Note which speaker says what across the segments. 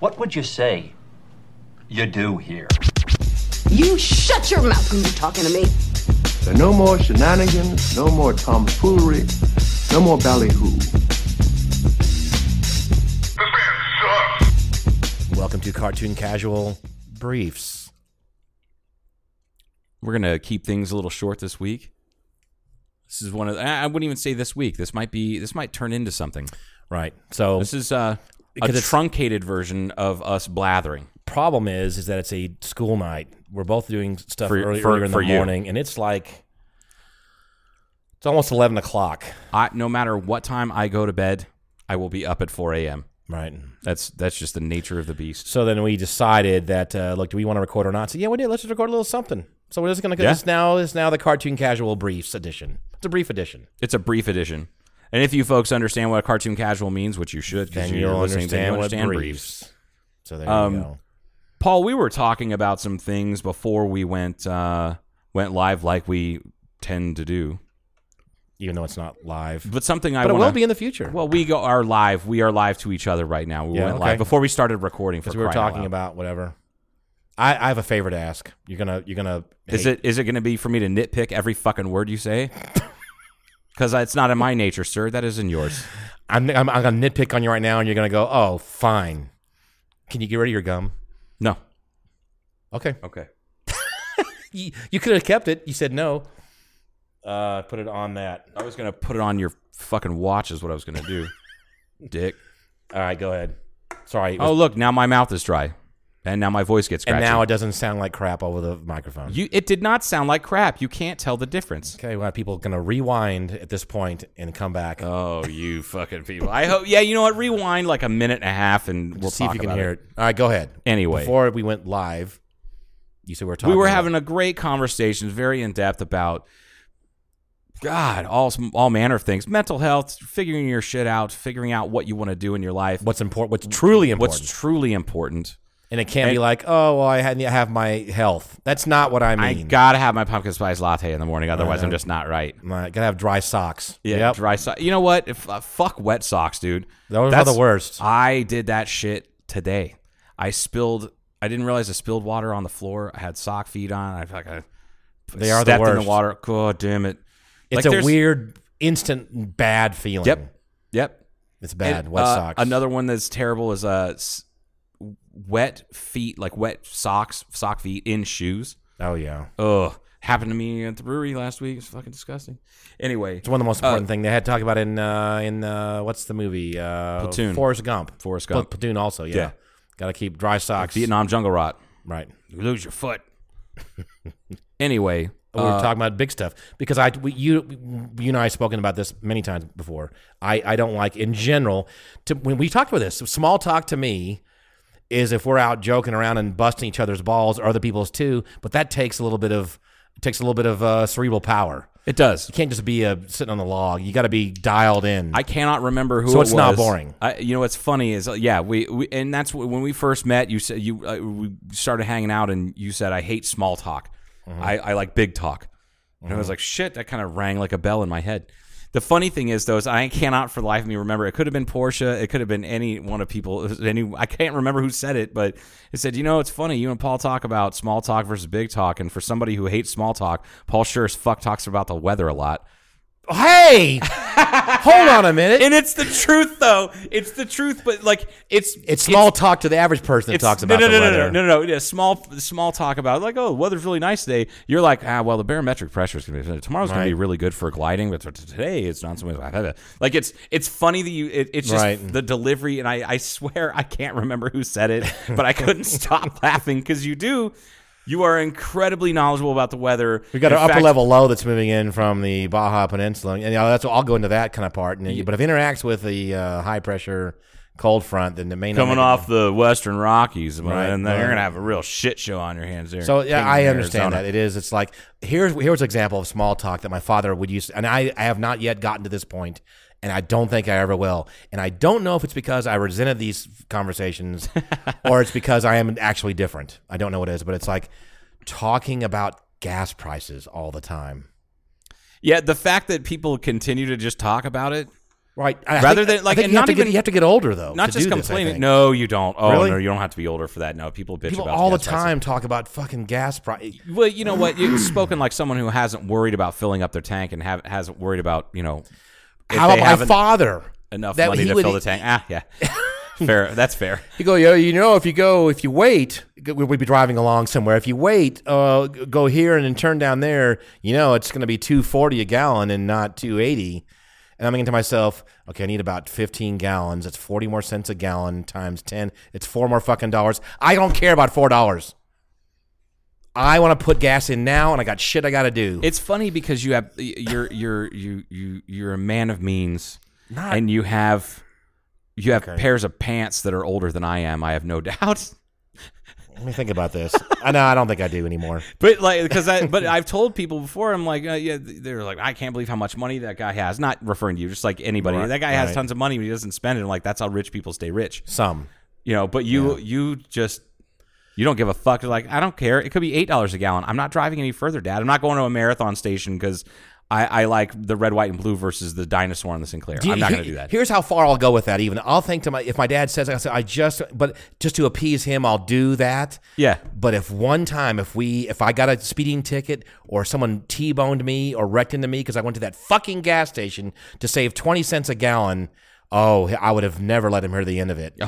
Speaker 1: What would you say you do here?
Speaker 2: You shut your mouth when you're talking to me.
Speaker 3: There are no more shenanigans, no more tomfoolery, no more ballyhoo.
Speaker 4: Welcome to Cartoon Casual Briefs.
Speaker 5: We're gonna keep things a little short this week. This is one of I I wouldn't even say this week. This might be this might turn into something.
Speaker 4: Right. So
Speaker 5: This is uh, a
Speaker 4: Because it's-
Speaker 5: truncated version of us blathering.
Speaker 4: problem is is that it's a school night. We're both doing stuff
Speaker 5: For-
Speaker 4: early,
Speaker 5: for-
Speaker 4: earlier in the
Speaker 5: for you.
Speaker 4: morning, and it's like it's almost eleven o'clock.
Speaker 5: I no matter what time I go to bed, I will be up at 4 a.m.
Speaker 4: Right.
Speaker 5: That's that's just the nature of the beast.
Speaker 4: So then we decided that uh, look, do we want to record or not? So yeah, we did. Let's just record a little something. So we're just gonna go.
Speaker 5: Yeah.
Speaker 4: This now is now the Cartoon Casual Briefs edition. It's a brief edition.
Speaker 5: It's a brief edition. And if you folks understand what cartoon casual means, which you should, because
Speaker 4: Then
Speaker 5: you're
Speaker 4: you'll
Speaker 5: listening, then
Speaker 4: understand what
Speaker 5: you understand
Speaker 4: briefs. So there
Speaker 5: Um,
Speaker 4: you go.
Speaker 5: Paul, we were talking about some things before we went uh, went live, like we tend to do.
Speaker 4: Even though it's not live,
Speaker 5: But something I
Speaker 4: but it
Speaker 5: wanna-
Speaker 4: will be in the future.
Speaker 5: Well, we go are live. We are live to each other right now. We
Speaker 4: Yeah,
Speaker 5: went
Speaker 4: okay.
Speaker 5: live before we started recording for
Speaker 4: because we were
Speaker 5: crying out
Speaker 4: talking
Speaker 5: loud.
Speaker 4: about whatever. I, I have a favor to ask. You're gonna you're gonna
Speaker 5: Is
Speaker 4: hate-
Speaker 5: it is it going to be for me to nitpick every fucking word you say? Because it's not in my nature, sir. That is in yours.
Speaker 4: I'm, I'm I'm gonna nitpick on you right now, and you're gonna go, oh, fine. Can you get rid of your gum?
Speaker 5: No.
Speaker 4: Okay.
Speaker 5: Okay.
Speaker 4: You, you could have kept it. You said no. Uh, put it on that.
Speaker 5: I was going to put it on your fucking watch. Is what I was going to do, Dick.
Speaker 4: All right, go ahead. Sorry. it was-
Speaker 5: Oh look, now my mouth is dry, and now my voice gets
Speaker 4: and
Speaker 5: scratchy.
Speaker 4: now it doesn't sound like crap over the microphone.
Speaker 5: you, it did not sound like crap. You can't tell the difference.
Speaker 4: okay? Well, people are gonna rewind at this point and come back.
Speaker 5: Oh, you fucking people! I hope. Yeah, you know what? Rewind like a minute and a half, and we'll
Speaker 4: We'll see if
Speaker 5: talk
Speaker 4: you can
Speaker 5: about
Speaker 4: hear it. All right, go ahead.
Speaker 5: Anyway.
Speaker 4: before we went live, you said we were talking.
Speaker 5: we were
Speaker 4: about-
Speaker 5: having a great conversation, very in depth about God, all all manner of things, mental health, figuring your shit out, figuring out what you want to do in your life,
Speaker 4: what's important, what's truly important,
Speaker 5: what's truly important.
Speaker 4: and it can't be like, oh, well, I had to have my health. That's not what I
Speaker 5: I,
Speaker 4: mean.
Speaker 5: gotta have my pumpkin spice latte in the morning, otherwise I'm just not right.
Speaker 4: My- gotta have dry socks.
Speaker 5: Yeah,
Speaker 4: Yep.
Speaker 5: dry socks. You know what? If, uh, fuck wet socks, dude.
Speaker 4: Those are
Speaker 5: That's-
Speaker 4: the worst.
Speaker 5: I did that shit today. I spilled. I didn't realize I spilled water on the floor. I had sock feet on. I fucking
Speaker 4: They are the
Speaker 5: stepped in the
Speaker 4: worst.
Speaker 5: water. God damn it!
Speaker 4: It's
Speaker 5: Like,
Speaker 4: a
Speaker 5: there's-
Speaker 4: weird, instant bad feeling.
Speaker 5: Yep. Yep.
Speaker 4: It's bad.
Speaker 5: And,
Speaker 4: wet
Speaker 5: uh,
Speaker 4: socks.
Speaker 5: Another one that's terrible is uh, s- wet feet, like wet socks, sock feet in shoes.
Speaker 4: Oh yeah.
Speaker 5: Ugh. Happened to me at the brewery last week. It's fucking disgusting. Anyway,
Speaker 4: It's one of the most
Speaker 5: Uh,
Speaker 4: important thing they had to talk about in uh, in uh, what's the movie? Uh,
Speaker 5: Platoon.
Speaker 4: Forrest Gump.
Speaker 5: Forrest
Speaker 4: Pla-
Speaker 5: Gump.
Speaker 4: Platoon also. Yeah.
Speaker 5: Yeah.
Speaker 4: Got to keep dry socks.
Speaker 5: Vietnam jungle rot.
Speaker 4: Right.
Speaker 5: You lose your foot. anyway,
Speaker 4: We were talking about big stuff because I we, you you and I have spoken about this many times before. I I don't like in general to when we talked about this. Small talk to me is if we're out joking around and busting each other's balls or other people's too, but that takes a little bit of takes a little bit of uh, cerebral power.
Speaker 5: it does.
Speaker 4: You can't just be a sitting on the log. You got to be dialed in.
Speaker 5: I cannot remember who.
Speaker 4: So
Speaker 5: it
Speaker 4: it's not
Speaker 5: was.
Speaker 4: boring.
Speaker 5: I, you know what's funny is uh, yeah we, we and that's wh- when we first met. You said you uh, we started hanging out and you said I hate small talk.
Speaker 4: Mm-hmm.
Speaker 5: I, I like big talk. And I was like shit. That kind of rang like a bell in my head. The funny thing is though is I cannot for the life of me remember. It could have been Portia. It could have been any one of people. Any I can't remember who said it, but it said you know it's funny. You and Paul talk about small talk versus big talk, and for somebody who hates small talk, Paul sure as fuck talks about the weather a lot.
Speaker 4: hey, hold on a minute.
Speaker 5: And it's the truth, though. It's the truth, but like it's
Speaker 4: it's small talk to the average person that
Speaker 5: it's-
Speaker 4: talks about
Speaker 5: no, no,
Speaker 4: the
Speaker 5: no,
Speaker 4: weather.
Speaker 5: no, no, no, no, yeah, small, small talk about like, oh, the weather's really nice today. You're like, ah, well, the barometric pressure is gonna be tomorrow's gonna be
Speaker 4: Right.
Speaker 5: really good for gliding, but t- today it's not so much. Like it's it's funny that you it, it's just
Speaker 4: Right.
Speaker 5: the delivery, and I I swear I can't remember who said it, but I couldn't stop laughing because you do. You are incredibly knowledgeable about the weather.
Speaker 4: We got
Speaker 5: In
Speaker 4: an upper
Speaker 5: fact,
Speaker 4: level low that's moving in from the Baja Peninsula, and you know, that's I'll go into that kind of part. And, But if it interacts with the uh, high pressure cold front, then it may not
Speaker 5: coming
Speaker 4: make it-
Speaker 5: off the Western Rockies,
Speaker 4: Right,
Speaker 5: and then
Speaker 4: right.
Speaker 5: you're gonna have a real shit show on your hands there.
Speaker 4: So yeah,
Speaker 5: King
Speaker 4: I
Speaker 5: of
Speaker 4: understand
Speaker 5: Arizona.
Speaker 4: that it is. It's like here's here's an example of small talk that my father would use, and I, I have not yet gotten to this point, and I don't think I ever will. And I don't know if it's because I resented these conversations, or it's because I am actually different. I don't know what it is, but it's like talking about gas prices all the time.
Speaker 5: Yeah, the fact that people continue to just talk about it
Speaker 4: Right. I
Speaker 5: Rather
Speaker 4: think-
Speaker 5: than, like,
Speaker 4: I think
Speaker 5: and
Speaker 4: you, have
Speaker 5: not
Speaker 4: to get,
Speaker 5: even-
Speaker 4: you have to get older though.
Speaker 5: Not
Speaker 4: to
Speaker 5: just
Speaker 4: do this, I
Speaker 5: complaining.
Speaker 4: think.
Speaker 5: no, you don't. Oh
Speaker 4: Really?
Speaker 5: no, you don't have to be older for that. No, people bitch
Speaker 4: People
Speaker 5: about
Speaker 4: all the
Speaker 5: gas prices.
Speaker 4: time talk about fucking gas prices.
Speaker 5: Well, you know what? You've spoken like someone who hasn't worried about filling up their tank and have, hasn't worried about you know if
Speaker 4: How
Speaker 5: they
Speaker 4: about my
Speaker 5: haven't
Speaker 4: father?
Speaker 5: enough
Speaker 4: that
Speaker 5: money
Speaker 4: he
Speaker 5: to
Speaker 4: would- e-
Speaker 5: fill the tank. Ah, yeah, fair. That's fair.
Speaker 4: You go, yo, you know, if you go, if you wait, we'd be driving along somewhere. If you wait, uh, g- go here and then turn down there. You know, it's going to be two forty a gallon and not two eighty. And I'm thinking to myself, okay, I need about fifteen gallons. That's forty more cents a gallon times ten. It's four more fucking dollars. I don't care about four dollars. I want to put gas in now, and I got shit I got to do.
Speaker 5: It's funny because you have you're you're you you you're a man of means, and you have you have pairs of pants that are older than I am. I have no doubt.
Speaker 4: Let me think about this. I know I don't think I do anymore.
Speaker 5: But like, because I, but I've told people before, I'm like, uh, yeah, they're like, I can't believe how much money that guy has. Not referring to you, just like anybody.
Speaker 4: Right,
Speaker 5: that guy
Speaker 4: right.
Speaker 5: has tons of money, but he doesn't spend it. I'm like, that's how rich people stay rich,
Speaker 4: Some.
Speaker 5: you know. But you, you just, you don't give a fuck. You're like, I don't care. It could be eight dollars a gallon. I'm not driving any further, Dad. I'm not going to a marathon station because I, I like the red, white, and blue versus the dinosaur on the Sinclair.
Speaker 4: Do you-
Speaker 5: I'm not
Speaker 4: here-
Speaker 5: going to do that.
Speaker 4: Here's how far I'll go with that. Even I'll think to my if my dad says I said I just but just to appease him I'll do that.
Speaker 5: Yeah.
Speaker 4: But if one time if we if I got a speeding ticket or someone t-boned me or wrecked into me because I went to that fucking gas station to save twenty cents a gallon, oh I would have never let him hear the end of it.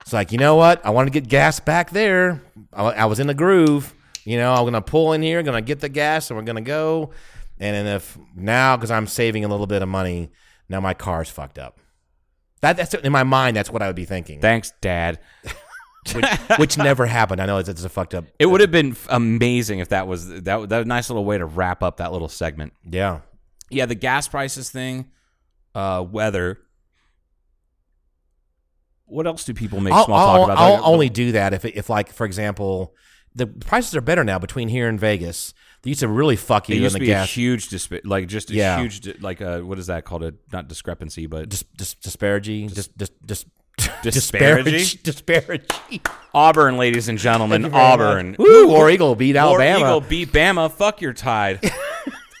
Speaker 4: it's like you know what I want to get gas back there. I, I was in the groove. You know I'm gonna pull in here, gonna get the gas, and we're gonna go. And then if now because I'm saving a little bit of money, now my car's fucked up. That, that's in my mind. That's what I would be thinking,
Speaker 5: Thanks, Dad.
Speaker 4: which never happened. I know it's, it's a fucked up.
Speaker 5: It would have been f- amazing if that was that. That was a nice little way to wrap up that little segment.
Speaker 4: Yeah,
Speaker 5: yeah, the gas prices thing, uh, weather. What else do people make
Speaker 4: I'll,
Speaker 5: small
Speaker 4: I'll-
Speaker 5: talk about?
Speaker 4: I'll
Speaker 5: Like,
Speaker 4: only do that if, if like for example, the prices are better now between here and Vegas. They used to really fuck
Speaker 5: it
Speaker 4: you in
Speaker 5: used
Speaker 4: the
Speaker 5: to be a
Speaker 4: gas
Speaker 5: huge disp- like just a
Speaker 4: Yeah.
Speaker 5: huge di- like uh, what is that called? A not discrepancy, but
Speaker 4: dis, dis, disparity, dis, dis, dis,
Speaker 5: Disparity?
Speaker 4: disparage- disparity.
Speaker 5: Auburn, ladies and gentlemen,
Speaker 4: you very much.
Speaker 5: Auburn.
Speaker 4: Woo, War Eagle beat
Speaker 5: War
Speaker 4: Alabama.
Speaker 5: Eagle beat Bama. Fuck your Tide.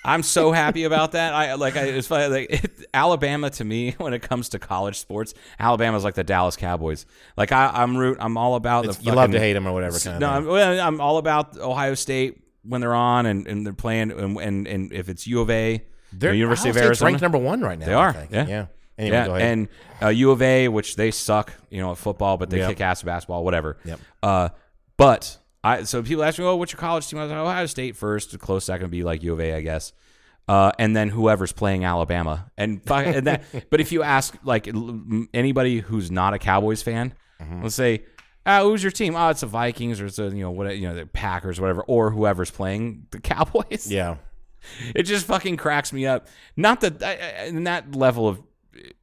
Speaker 5: I'm so happy about that. I like. I, it's funny, like it, Alabama to me when it comes to college sports. Alabama's like the Dallas Cowboys. Like I, I'm root. I'm all about the.
Speaker 4: It's- you love
Speaker 5: fucking-
Speaker 4: to hate 'em or whatever kind of
Speaker 5: no,
Speaker 4: thing.
Speaker 5: I'm, well, I'm all about Ohio State when they're on and, and they're playing and, and and if it's U of A,
Speaker 4: They're
Speaker 5: the University
Speaker 4: Ohio
Speaker 5: of
Speaker 4: State's
Speaker 5: Arizona,
Speaker 4: ranked number one right now.
Speaker 5: They
Speaker 4: I
Speaker 5: are,
Speaker 4: think.
Speaker 5: yeah.
Speaker 4: yeah. Anyway,
Speaker 5: yeah,
Speaker 4: go ahead.
Speaker 5: and uh, U of A, which they suck, you know, at football, but they
Speaker 4: Yep.
Speaker 5: kick ass at basketball, whatever.
Speaker 4: Yep.
Speaker 5: Uh, but I so people ask me, oh, what's your college team? I was like, Ohio State first, a close second would be like U of A, I guess. Uh, and then whoever's playing Alabama, and, fuck- and that, but if you ask like l- m- anybody who's not a Cowboys fan,
Speaker 4: Mm-hmm.
Speaker 5: let's say, ah, who's your team? Oh, it's the Vikings or it's the you know what you know the Packers, whatever, or whoever's playing the Cowboys
Speaker 4: yeah.
Speaker 5: it just fucking cracks me up. Not that I, I- in that level of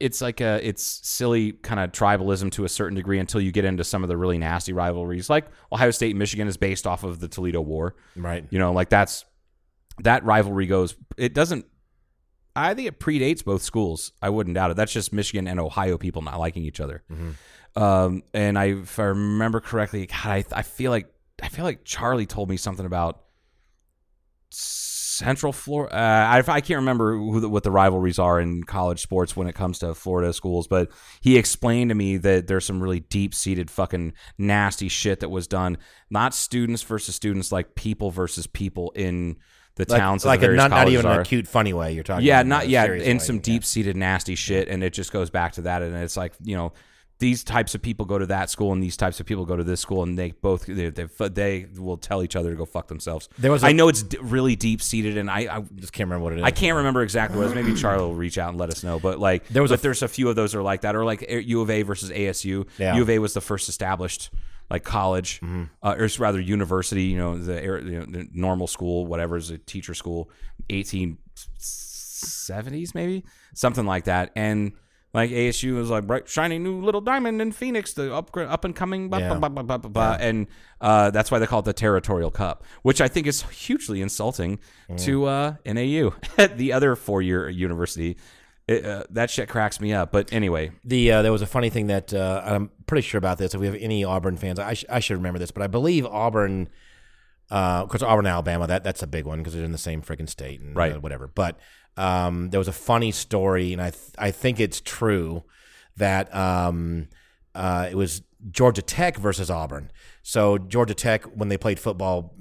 Speaker 5: it's like a it's silly kind of tribalism to a certain degree until you get into some of the really nasty rivalries. Like Ohio State and Michigan is based off of the Toledo War.
Speaker 4: Right.
Speaker 5: You know, like that's that rivalry goes it doesn't I think it predates both schools. I wouldn't doubt it. That's just Michigan and Ohio people not liking each other. Um, and I, if I remember correctly, God, I, I feel like I feel like Charlie told me something about Central Florida. Uh, I, I can't remember who the, what the rivalries are in college sports when it comes to Florida schools, but he explained to me that there's some really deep seated fucking nasty shit that was done, not students versus students, like people versus people in the towns. that
Speaker 4: like
Speaker 5: the
Speaker 4: a
Speaker 5: various
Speaker 4: not, not
Speaker 5: colleges
Speaker 4: even
Speaker 5: are.
Speaker 4: a cute, funny way. You're talking.
Speaker 5: Yeah,
Speaker 4: about
Speaker 5: not
Speaker 4: a
Speaker 5: yeah,
Speaker 4: serious
Speaker 5: in
Speaker 4: way.
Speaker 5: some deep seated nasty shit, and it just goes back to that, and it's like you know. These types of people go to that school, and these types of people go to this school, and they both they they, they will tell each other to go fuck themselves.
Speaker 4: There was a-
Speaker 5: I know it's d- really deep seated, and I, I
Speaker 4: Just can't remember what it is.
Speaker 5: I can't remember exactly what it was. Maybe Charlie will reach out and let us know. But like,
Speaker 4: There
Speaker 5: there
Speaker 4: was
Speaker 5: was
Speaker 4: a-
Speaker 5: if there's a few of those that are like that, or like A- U of A versus ASU.
Speaker 4: Yeah. Mm-hmm.
Speaker 5: U of A was the first established like college, uh, or it's rather university. You know, the, air- you know, the normal school, whatever is a teacher school, eighteen seventies maybe something like that, and. Like ASU was like bright, shiny new little diamond in Phoenix, the up up and coming, blah,
Speaker 4: Yeah.
Speaker 5: blah, blah, blah, blah, blah, and uh, that's why they call it the Territorial Cup, which I think is hugely insulting
Speaker 4: Mm.
Speaker 5: to uh, NAU, the other four-year university. It, uh, that shit cracks me up. But anyway,
Speaker 4: the uh, there was a funny thing that uh, I'm pretty sure about this. If we have any Auburn fans, I, sh- I should remember this, but I believe Auburn, uh, of course, Auburn, Alabama. That that's a big one because they're in the same freaking state and
Speaker 5: Right.
Speaker 4: uh, whatever. But Um, there was a funny story, and I th- I think it's true that um, uh, it was Georgia Tech versus Auburn. So Georgia Tech, when they played football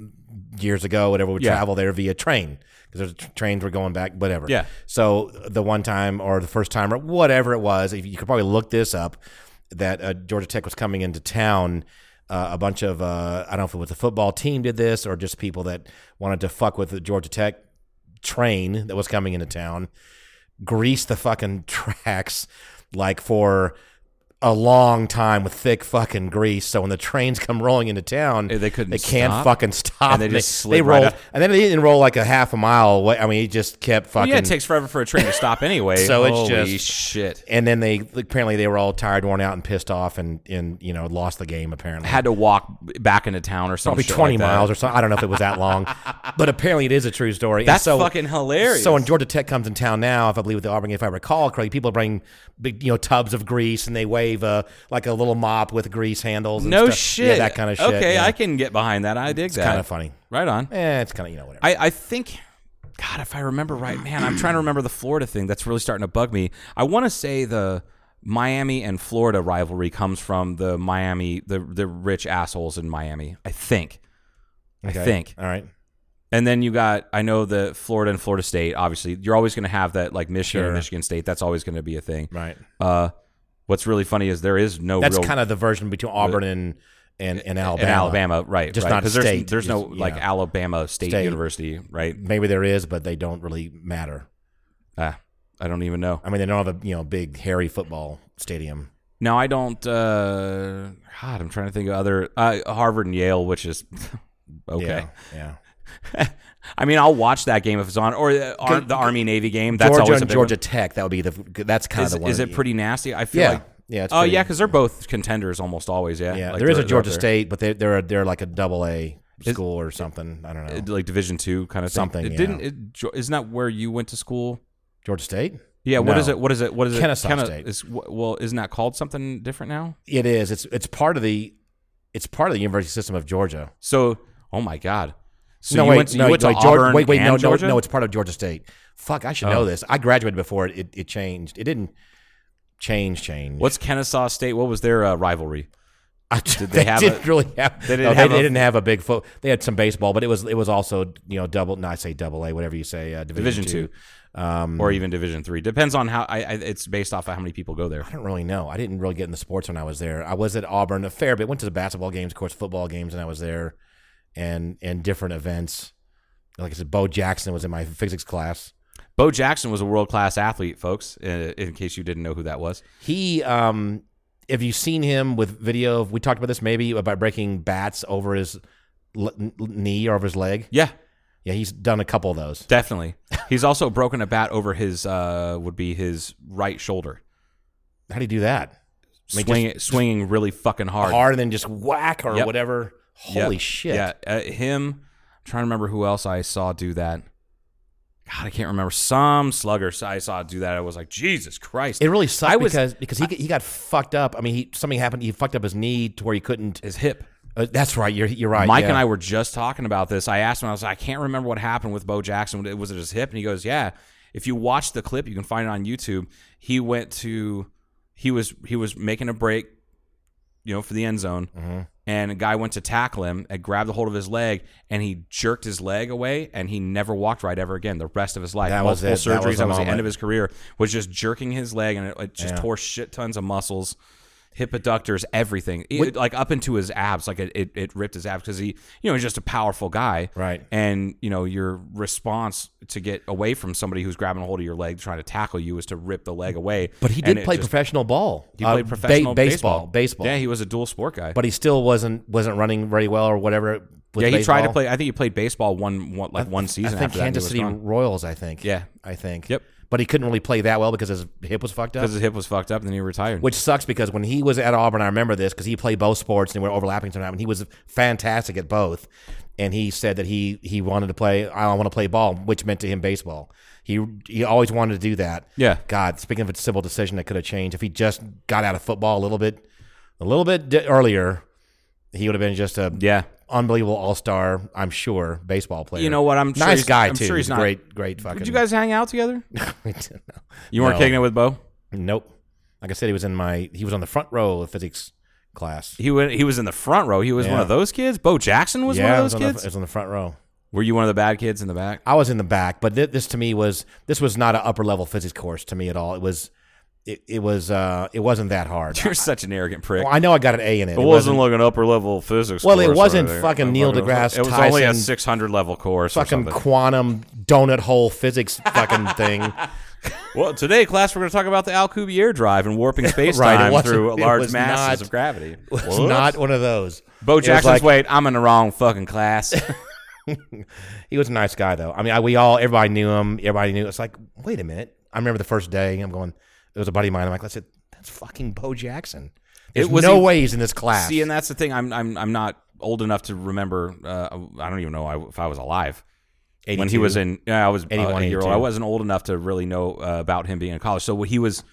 Speaker 4: years ago, whatever, would
Speaker 5: Yeah.
Speaker 4: travel there via train because there's trains were going back, whatever.
Speaker 5: Yeah.
Speaker 4: So the one time or the first time or whatever it was, if you could probably look this up, that uh, Georgia Tech was coming into town. Uh, a bunch of uh, I don't know if it was the football team did this or just people that wanted to fuck with the Georgia Tech train that was coming into town, greased the fucking tracks like for a long time with thick fucking grease. So when the trains come rolling into town,
Speaker 5: They couldn't
Speaker 4: they can't
Speaker 5: stop?
Speaker 4: fucking stop.
Speaker 5: And they just slid right
Speaker 4: rolled,
Speaker 5: up.
Speaker 4: and then they didn't roll like a half a mile away. I mean, it just kept fucking.
Speaker 5: yeah, it takes forever for a train to stop anyway.
Speaker 4: So it's
Speaker 5: Holy
Speaker 4: just-
Speaker 5: shit.
Speaker 4: and then they apparently they were all tired, worn out, and pissed off, and and you know lost the game. Apparently,
Speaker 5: Had to walk back into town or something.
Speaker 4: probably twenty miles or something. I don't know if it was that long, but apparently it is a true story. And
Speaker 5: That's fucking hilarious.
Speaker 4: So when Georgia Tech comes in town now, if I believe with the Auburn, game, if I recall correctly, people bring big you know tubs of grease and they wave a like a little mop with grease handles. And
Speaker 5: No
Speaker 4: stuff.
Speaker 5: shit.
Speaker 4: yeah, that kind of shit.
Speaker 5: Okay,
Speaker 4: yeah.
Speaker 5: I can get behind that. I dig that.
Speaker 4: kinda funny.
Speaker 5: Right on.
Speaker 4: Eh, it's kind of you know whatever.
Speaker 5: I, I think, God, if I remember right, man, I'm trying to remember the Florida thing. That's really starting to bug me. I want to say the Miami and Florida rivalry comes from the Miami, the the rich assholes in Miami. I think. I
Speaker 4: Okay.
Speaker 5: think.
Speaker 4: All right.
Speaker 5: And then you got, I know the Florida and Florida State. Obviously, you're always going to have that, like Michigan
Speaker 4: Sure.
Speaker 5: and Michigan State. That's always going to be a thing.
Speaker 4: Right.
Speaker 5: Uh, what's really funny is there is no
Speaker 4: That's
Speaker 5: real
Speaker 4: kind of the version between Auburn and and, and Alabama.
Speaker 5: in Alabama, right?
Speaker 4: Just
Speaker 5: right.
Speaker 4: not
Speaker 5: 'Cause there's,
Speaker 4: state,
Speaker 5: There's no
Speaker 4: just, you
Speaker 5: like
Speaker 4: know.
Speaker 5: Alabama State,
Speaker 4: State.
Speaker 5: University, right?
Speaker 4: Maybe there is, but they don't really matter.
Speaker 5: Ah, I don't even know.
Speaker 4: I mean, they don't have a you know big hairy football stadium.
Speaker 5: Now I don't. Uh, God, I'm trying to think of other uh, Harvard and Yale, which is okay.
Speaker 4: Yeah. yeah.
Speaker 5: I mean, I'll watch that game if it's on, or the, Ar- the Army Navy game. That's
Speaker 4: Georgia
Speaker 5: always a
Speaker 4: and
Speaker 5: big
Speaker 4: Georgia Tech. That would be the. That's
Speaker 5: One.
Speaker 4: kind
Speaker 5: Is,
Speaker 4: of the one.
Speaker 5: is it pretty nasty? I feel
Speaker 4: Yeah.
Speaker 5: like
Speaker 4: Yeah, it's
Speaker 5: Oh
Speaker 4: pretty-
Speaker 5: yeah, because they're both contenders almost always. Yeah,
Speaker 4: Yeah.
Speaker 5: Like,
Speaker 4: there is a
Speaker 5: they're- they're
Speaker 4: Georgia
Speaker 5: up there.
Speaker 4: State, but they, they're they're like a double A school or something. I don't know.
Speaker 5: Uh, like Division two kind of thing.
Speaker 4: Something,
Speaker 5: It
Speaker 4: yeah.
Speaker 5: didn't. It, Ge- isn't that where you went to school?
Speaker 4: Georgia State.
Speaker 5: Yeah. What
Speaker 4: No.
Speaker 5: is it? What is it? What is it?
Speaker 4: Kennesaw
Speaker 5: Kenna-
Speaker 4: State.
Speaker 5: Is, wh- well, isn't that called something different now?
Speaker 4: It is. It's it's part of the. It's part of the university system of Georgia.
Speaker 5: So, oh my God. So
Speaker 4: no,
Speaker 5: you
Speaker 4: wait,
Speaker 5: went to,
Speaker 4: no,
Speaker 5: you went to
Speaker 4: wait, Georgia-
Speaker 5: Auburn
Speaker 4: wait, wait,
Speaker 5: and
Speaker 4: no,
Speaker 5: Georgia? Oh.
Speaker 4: no, no, it's part of Georgia State. Fuck, I should know this. I graduated before it, it, it changed. It didn't change, change.
Speaker 5: What's Kennesaw State? What was their uh, rivalry?
Speaker 4: I, did they,
Speaker 5: have
Speaker 4: didn't
Speaker 5: a-
Speaker 4: really have.
Speaker 5: they
Speaker 4: They
Speaker 5: didn't
Speaker 4: didn't,
Speaker 5: have
Speaker 4: they,
Speaker 5: a-
Speaker 4: didn't have a big foot. They had some baseball, but it was it was also you know double. No, I say double A, whatever you say, uh, division,
Speaker 5: Division
Speaker 4: two.
Speaker 5: two,
Speaker 4: Um,
Speaker 5: or even Division three. Depends on how. I, I, it's based off of how many people go there.
Speaker 4: I don't really know. I didn't really get into sports when I was there. I was at Auburn a fair bit. Went to the basketball games, of course, football games, and I was there, and and different events. Like I said, Bo Jackson was in my physics class.
Speaker 5: Bo Jackson was a world class athlete, folks. In, in case you didn't know who that was,
Speaker 4: He, um, have you seen him with video? of- We talked about this maybe about breaking bats over his l- n- knee or over his leg.
Speaker 5: yeah,
Speaker 4: Yeah, he's done a couple of those.
Speaker 5: definitely. He's also broken a bat over his uh, would be his right shoulder,
Speaker 4: How do you do that? mean,
Speaker 5: swing, swinging really fucking hard.
Speaker 4: Harder than just whack or
Speaker 5: Yep.
Speaker 4: whatever.
Speaker 5: Yeah.
Speaker 4: Holy shit!
Speaker 5: Yeah, uh, him. I'm trying to remember who else I saw do that. God, I can't remember. Some slugger I saw do that. I was like, Jesus Christ!
Speaker 4: It really sucked
Speaker 5: I was-
Speaker 4: because because he he got fucked up. I mean, he something happened. He fucked up his knee to where he couldn't.
Speaker 5: his hip.
Speaker 4: Uh, that's right. You're you're right.
Speaker 5: Mike
Speaker 4: yeah.
Speaker 5: and I were just talking about this. I asked him, I was like, I can't remember what happened with Bo Jackson. Was it his hip? And he goes, Yeah. If you watch the clip, you can find it on YouTube. He went to he was he was making a break, you know, for the end zone.
Speaker 4: Mm-hmm.
Speaker 5: And a guy went to tackle him and grabbed a hold of his leg and he jerked his leg away and he never walked right ever again the rest of his life.
Speaker 4: That was
Speaker 5: Multiple
Speaker 4: it. That
Speaker 5: surgeries.
Speaker 4: was the
Speaker 5: that was the end
Speaker 4: moment.
Speaker 5: of his career. Was just jerking his leg and it, it just tore shit tons of muscles hip adductors, everything, It- like up into his abs. Like it, it, it ripped his abs because he, you know, he's just a powerful guy,
Speaker 4: Right.
Speaker 5: And you know, your response to get away from somebody who's grabbing a hold of your leg trying to tackle you is to rip the leg away.
Speaker 4: But he
Speaker 5: And
Speaker 4: did
Speaker 5: it
Speaker 4: play
Speaker 5: just-
Speaker 4: professional ball. Uh,
Speaker 5: He played professional
Speaker 4: baseball.
Speaker 5: baseball.
Speaker 4: Baseball.
Speaker 5: Yeah, he was a dual sport guy.
Speaker 4: but he still wasn't wasn't running very well or whatever. with
Speaker 5: yeah, he tried to
Speaker 4: baseball.
Speaker 5: play. I think he played baseball one, one like one season.
Speaker 4: I think
Speaker 5: after
Speaker 4: Kansas
Speaker 5: that,
Speaker 4: City Royals. I think.
Speaker 5: Yeah.
Speaker 4: I think.
Speaker 5: Yep.
Speaker 4: But he couldn't really play that well because his hip was fucked up.
Speaker 5: because his hip was fucked up, and then he retired.
Speaker 4: Which sucks because when he was at Auburn, I remember this because he played both sports and they were overlapping sometimes. And he was fantastic at both. And he said that he he wanted to play. I want to play ball, which meant to him baseball. He he always wanted to do that.
Speaker 5: Yeah.
Speaker 4: God, speaking of a civil decision that could have changed, if he just got out of football a little bit, a little bit di- earlier, he would have been just a
Speaker 5: yeah,
Speaker 4: unbelievable all star, I'm sure, baseball player.
Speaker 5: You know what? I'm sure
Speaker 4: nice
Speaker 5: he's-
Speaker 4: guy
Speaker 5: I'm
Speaker 4: too.
Speaker 5: sure he's
Speaker 4: a
Speaker 5: not-
Speaker 4: great, great fucking.
Speaker 5: Did you guys hang out together?
Speaker 4: We didn't know.
Speaker 5: You weren't
Speaker 4: No.
Speaker 5: kicking it with Bo.
Speaker 4: Nope. Like I said, he was in my. He was on the front row of physics class.
Speaker 5: He went, he was in the front row. He was one
Speaker 4: Yeah.
Speaker 5: of those kids. Bo Jackson was
Speaker 4: yeah,
Speaker 5: one
Speaker 4: I
Speaker 5: of
Speaker 4: was
Speaker 5: those
Speaker 4: on the-
Speaker 5: kids.
Speaker 4: I was on the front row.
Speaker 5: Were you one of the bad kids in the back?
Speaker 4: I was in the back, but th- this to me was this was not an upper level physics course to me at all. It was, it, it was, uh, it wasn't that hard.
Speaker 5: You're such an arrogant prick.
Speaker 4: Well, I know I got an A in it. It,
Speaker 5: like an upper level physics.
Speaker 4: Well, it
Speaker 5: course or
Speaker 4: wasn't
Speaker 5: anything.
Speaker 4: fucking Neil deGrasse
Speaker 5: It was only a
Speaker 4: Tyson
Speaker 5: 600 level course. or
Speaker 4: fucking
Speaker 5: something.
Speaker 4: quantum donut hole physics fucking thing.
Speaker 5: Well, today, class, we're going to talk about the Alcubierre drive and warping space
Speaker 4: Right, it
Speaker 5: time
Speaker 4: wasn't-
Speaker 5: through
Speaker 4: it
Speaker 5: large
Speaker 4: was
Speaker 5: masses
Speaker 4: not-
Speaker 5: of gravity.
Speaker 4: It's
Speaker 5: Whoops.
Speaker 4: not one of those. It
Speaker 5: Bo
Speaker 4: was
Speaker 5: Jackson's
Speaker 4: like-
Speaker 5: wait. I'm in the wrong fucking class.
Speaker 4: He was a nice guy though. I mean, I, we all everybody knew him. Everybody knew. It's like, wait a minute. I remember the first day. I'm going. There was a buddy of mine. I'm like, I said, that's fucking Bo Jackson. There's
Speaker 5: was
Speaker 4: no
Speaker 5: a-
Speaker 4: way he's in this class.
Speaker 5: See, and that's the thing. I'm I'm I'm not old enough to remember. Uh, I don't even know I- if I was alive when he
Speaker 4: 82.
Speaker 5: was in. Yeah, I was uh,
Speaker 4: 81,
Speaker 5: a year old.
Speaker 4: 82.
Speaker 5: I wasn't old enough to really know uh, about him being in college. So he was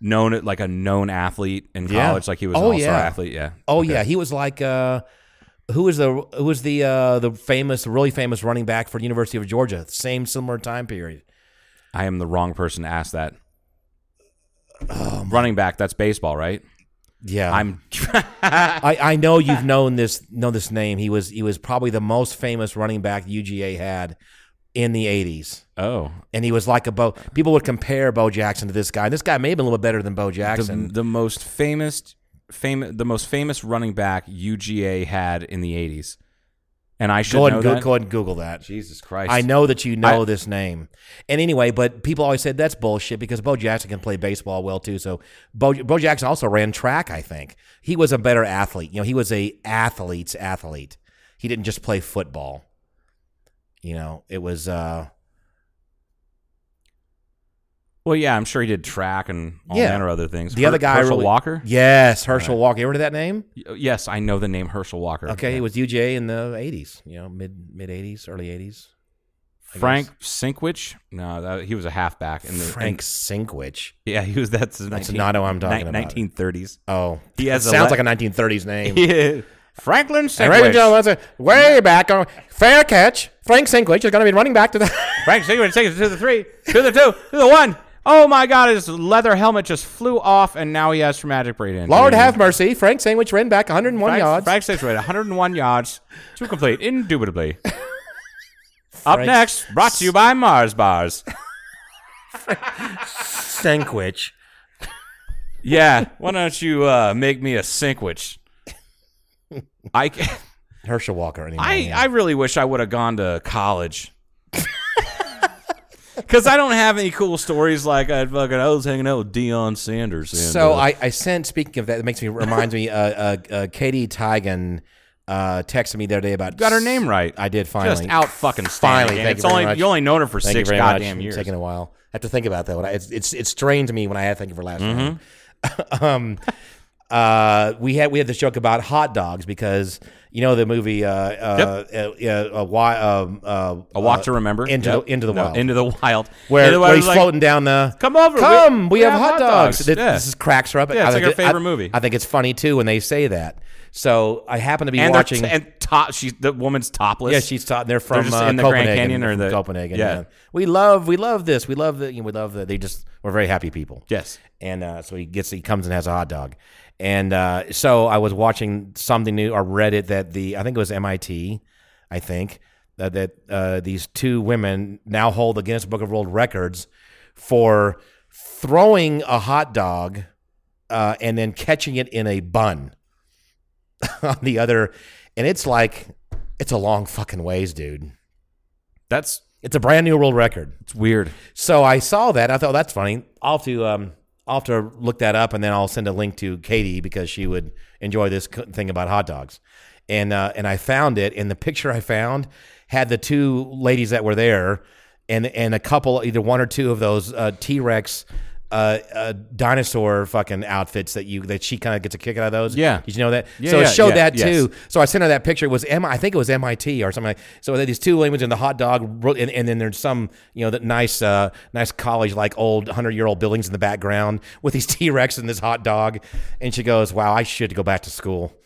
Speaker 5: known at- like a known athlete in
Speaker 4: Yeah.
Speaker 5: college. Like he was an
Speaker 4: Oh,
Speaker 5: all-star
Speaker 4: yeah.
Speaker 5: athlete. Yeah.
Speaker 4: Oh yeah, he was like uh, who was the who was the uh, the famous, really famous running back for University of Georgia? Same similar time period.
Speaker 5: I am the wrong person to ask that. Running back. That's baseball, right?
Speaker 4: Yeah,
Speaker 5: I'm.
Speaker 4: I, I know you've known this know this name. He was he was probably the most famous running back UGA had in the '80s,
Speaker 5: oh,
Speaker 4: and he was like a Bo. People would compare Bo Jackson to this guy. And this guy may have been a little bit better than Bo
Speaker 5: the,
Speaker 4: Jackson.
Speaker 5: the most famous, famous, the most famous running back UGA had in the '80s, and I should
Speaker 4: Go ahead,
Speaker 5: know
Speaker 4: and go,
Speaker 5: that.
Speaker 4: go ahead and Google that.
Speaker 5: Jesus Christ!
Speaker 4: I know that you know
Speaker 5: I-
Speaker 4: this name. And anyway, but people always said that's bullshit because Bo Jackson can play baseball well too. So Bo, Bo Jackson also ran track, I think. He was a better athlete. You know, he was a athlete's athlete. He didn't just play football. You know, it was uh
Speaker 5: Well, yeah, I'm sure he did track and all
Speaker 4: Yeah.
Speaker 5: manner of other things.
Speaker 4: the
Speaker 5: Her-
Speaker 4: other guy
Speaker 5: Herschel
Speaker 4: really-
Speaker 5: Walker.
Speaker 4: Yes, Herschel Walker. You ever heard that name?
Speaker 5: Y- Yes, I know the name Herschel Walker.
Speaker 4: Okay, he was UJ in the 80s, you know, mid mid 80s, early 80s.
Speaker 5: Frank Sinkwich. No, that, he was a halfback in the
Speaker 4: Frank
Speaker 5: in-
Speaker 4: Sinkwich.
Speaker 5: yeah, he was. That's, 19,
Speaker 4: not who I'm talking
Speaker 5: ni-
Speaker 4: about.
Speaker 5: 1930s.
Speaker 4: Oh,
Speaker 5: He has a
Speaker 4: sounds
Speaker 5: le-
Speaker 4: like a 1930s name.
Speaker 5: Yeah. Franklin
Speaker 4: And Ray
Speaker 5: Sinkwich.
Speaker 4: Jones, that's a way back on fair catch. Frank Sinkwich is going to be running back to the.
Speaker 5: Frank Sinkwich takes it to the three, to the two, to the one. Oh my God! His leather helmet just flew off, and now he has traumatic brain injury.
Speaker 4: Lord have mercy. Frank Sinkwich ran back 101
Speaker 5: Frank,
Speaker 4: yards.
Speaker 5: Frank Sinkwich, 101 yards to complete, indubitably. Up next, brought to you by Mars Bars.
Speaker 4: Sinkwich.
Speaker 5: Yeah, why don't you uh, make me a sinkwich? I, ca-
Speaker 4: Herschel Walker. Anyway,
Speaker 5: I,
Speaker 4: yeah.
Speaker 5: I really wish I would have gone to college. Because I don't have any cool stories like I fucking I was hanging out with Dion Sanders. And,
Speaker 4: so
Speaker 5: uh,
Speaker 4: I, I sent. Speaking of that, it makes me reminds me. Uh, uh, uh, Katie Tygan uh, texted me the other day about
Speaker 5: got her name right.
Speaker 4: I did finally.
Speaker 5: Just out fucking
Speaker 4: Finally,
Speaker 5: finally.
Speaker 4: thank
Speaker 5: it's
Speaker 4: you very
Speaker 5: only
Speaker 4: much.
Speaker 5: you only known her for
Speaker 4: Thank
Speaker 5: six
Speaker 4: you very
Speaker 5: goddamn
Speaker 4: much.
Speaker 5: years.
Speaker 4: It's taken a while. I have to think about that one. I- It's it's it's strange to me when I had to think of her last name.
Speaker 5: Mm-hmm.
Speaker 4: um, uh, we had we had this joke about hot dogs because you know the movie uh, uh, uh, uh, uh, why, um, uh,
Speaker 5: a walk
Speaker 4: uh,
Speaker 5: to remember
Speaker 4: into
Speaker 5: Yep.
Speaker 4: the into the
Speaker 5: No,
Speaker 4: wild
Speaker 5: into the wild
Speaker 4: where,
Speaker 5: Into
Speaker 4: where
Speaker 5: the Wild
Speaker 4: he's
Speaker 5: was like,
Speaker 4: floating down the
Speaker 5: "Come over, we-
Speaker 4: come we,
Speaker 5: we
Speaker 4: have,
Speaker 5: have
Speaker 4: hot
Speaker 5: hot
Speaker 4: dogs,
Speaker 5: dogs."
Speaker 4: Th-
Speaker 5: Yeah.
Speaker 4: This is cracks her up
Speaker 5: Yeah,
Speaker 4: I
Speaker 5: it's like
Speaker 4: think
Speaker 5: her
Speaker 4: it- I-
Speaker 5: favorite movie.
Speaker 4: I think it's funny too when they say that so I happen to be
Speaker 5: and they're
Speaker 4: watching
Speaker 5: t- and top. She's the woman's topless.
Speaker 4: yeah, she's taught. They're from
Speaker 5: just
Speaker 4: uh,
Speaker 5: in the Grand
Speaker 4: Copenhagen,
Speaker 5: Canyon or
Speaker 4: from
Speaker 5: the-
Speaker 4: Copenhagen. Yeah.
Speaker 5: yeah.
Speaker 4: we love, we love this. We love the, you know, we love that. They just we're very happy people.
Speaker 5: Yes.
Speaker 4: and uh, so he gets, he comes and has a hot dog, and uh, so I was watching something new or read it that the I think it was MIT, I think that that uh, these two women now hold the Guinness Book of World Records for throwing a hot dog uh, and then catching it in a bun on the other, and it's like it's a long fucking ways, dude.
Speaker 5: that's
Speaker 4: It's a brand new world record.
Speaker 5: it's weird.
Speaker 4: So I saw that. I thought "Oh, that's funny. I'll have to um, I'll have to look that up, and then I'll send a link to Katie because she would enjoy this co- thing about hot dogs. And uh, and I found it, and the picture I found had the two ladies that were there, and and a couple, either one or two of those uh, T Rex. Uh, uh, dinosaur fucking outfits that you that she kind of gets a kick out of those.
Speaker 5: Yeah.
Speaker 4: did you know that?
Speaker 5: Yeah,
Speaker 4: so it
Speaker 5: yeah,
Speaker 4: showed
Speaker 5: yeah,
Speaker 4: that
Speaker 5: yes.
Speaker 4: too. So I sent her that picture. It was M. I think it was MIT or something. like So they had these two women and the hot dog, ro- and, and then there's some you know that nice, uh, nice college like old hundred year old buildings in the background with these T Rex and this hot dog. And she goes, "Wow, I should go back to school."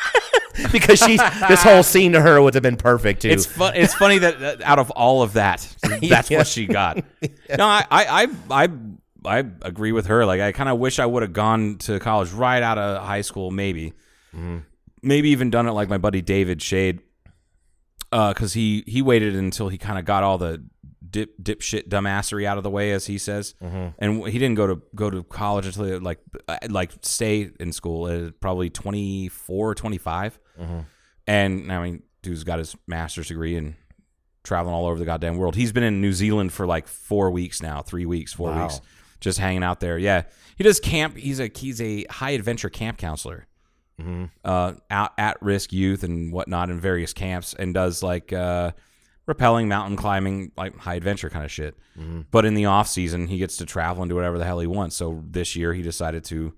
Speaker 4: because she's this whole scene to her would have been perfect too.
Speaker 5: It's fun. It's funny that that out of all of that, that's
Speaker 4: Yeah.
Speaker 5: what she got. No, I, I, I, I, I agree with her. Like, I kind of wish I would have gone to college right out of high school, maybe, maybe even done it like my buddy David Shade, because he he waited until he kind of got all the dip dipshit dumbassery out of the way, as he says, and he didn't go to go to college until he, like uh, like stay in school at probably 24, 25. And I mean, dude's got his master's degree and traveling all over the goddamn world. He's been in New Zealand for like four weeks now, three weeks, four weeks, just hanging out there. Yeah, he does camp. He's a he's a high adventure camp counselor, uh, out at risk youth and whatnot in various camps, and does like uh, rappelling, mountain climbing, like high adventure kind of shit. But in the off season, he gets to travel and do whatever the hell he wants. So this year, he decided to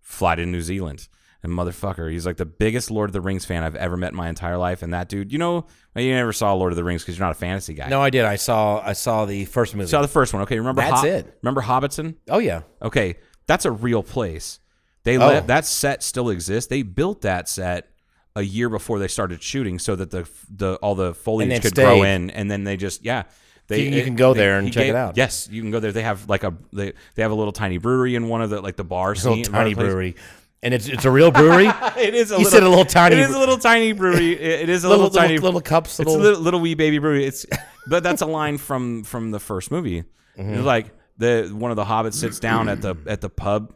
Speaker 5: fly to New Zealand. And motherfucker, he's like the biggest Lord of the Rings fan I've ever met in my entire life. And that dude, you know, you never saw Lord of the Rings because you're not a fantasy guy.
Speaker 4: no, I did. I saw I saw the first movie.
Speaker 5: Saw the first one. Okay, remember
Speaker 4: That's
Speaker 5: Hob-
Speaker 4: it.
Speaker 5: Remember Hobbiton?
Speaker 4: oh yeah,
Speaker 5: Okay, that's a real place. They
Speaker 4: Oh.
Speaker 5: let, that set still exists. They built that set a year before they started shooting, so that the the all the
Speaker 4: it
Speaker 5: foliage could grow
Speaker 4: stayed.
Speaker 5: in, and then they just yeah. They,
Speaker 4: you can go there and
Speaker 5: he
Speaker 4: check it
Speaker 5: gave-
Speaker 4: out.
Speaker 5: Yes, you can go there. They have like a they, they have a little tiny brewery in one of the like the bar
Speaker 4: little
Speaker 5: scene.
Speaker 4: tiny
Speaker 5: place.
Speaker 4: brewery, and it's it's a real brewery.
Speaker 5: It is a
Speaker 4: You
Speaker 5: little,
Speaker 4: said a little tiny
Speaker 5: It is
Speaker 4: bre-
Speaker 5: a little tiny brewery. It, it is a
Speaker 4: Little-
Speaker 5: little,
Speaker 4: little-
Speaker 5: tiny
Speaker 4: little cups,
Speaker 5: It's
Speaker 4: little-
Speaker 5: a little, little wee baby brewery. It's but that's a line from from the first movie.
Speaker 4: Mm-hmm.
Speaker 5: It's like the one of the hobbits sits down at the at the pub.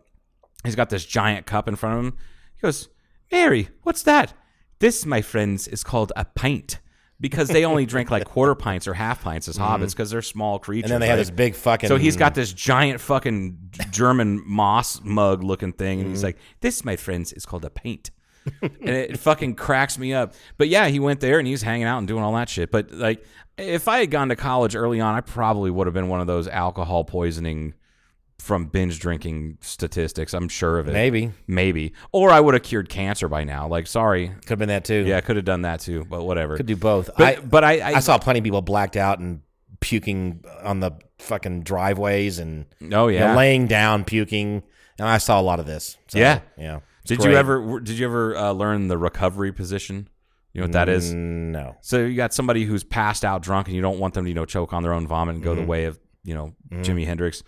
Speaker 5: He's got this giant cup in front of him. He goes, "Mary, what's that? This, my friends, is called a pint." Because they only drink like quarter pints or half pints as hobbits because they're small creatures.
Speaker 4: Mm-hmm. and then they have
Speaker 5: right?
Speaker 4: this big fucking.
Speaker 5: So he's got this giant fucking German moss mug looking thing, and
Speaker 4: Mm-hmm.
Speaker 5: he's like, "This, my friends, is called a paint," and it fucking cracks me up. But yeah, he went there and he was hanging out and doing all that shit. But like, if I had gone to college early on, I probably would have been one of those alcohol poisoning from binge drinking statistics. I'm sure of it.
Speaker 4: Maybe.
Speaker 5: maybe, or I would have cured cancer by now. Like, sorry,
Speaker 4: could have been that too.
Speaker 5: yeah, I could have done that too, but whatever.
Speaker 4: could do both.
Speaker 5: But I, but I, I,
Speaker 4: I saw plenty of people blacked out and puking on the fucking driveways and
Speaker 5: Oh,
Speaker 4: you know,
Speaker 5: yeah.
Speaker 4: laying down puking. And I saw a lot of this. So,
Speaker 5: Yeah.
Speaker 4: yeah. It's
Speaker 5: Did
Speaker 4: great.
Speaker 5: you ever? w- Did you ever uh, learn the recovery position? You know what that is.
Speaker 4: Mm. No.
Speaker 5: So you got somebody who's passed out drunk, and you don't want them to you know choke on their own vomit and go
Speaker 4: Mm-hmm.
Speaker 5: the way of you know
Speaker 4: Mm.
Speaker 5: Jimi Hendrix.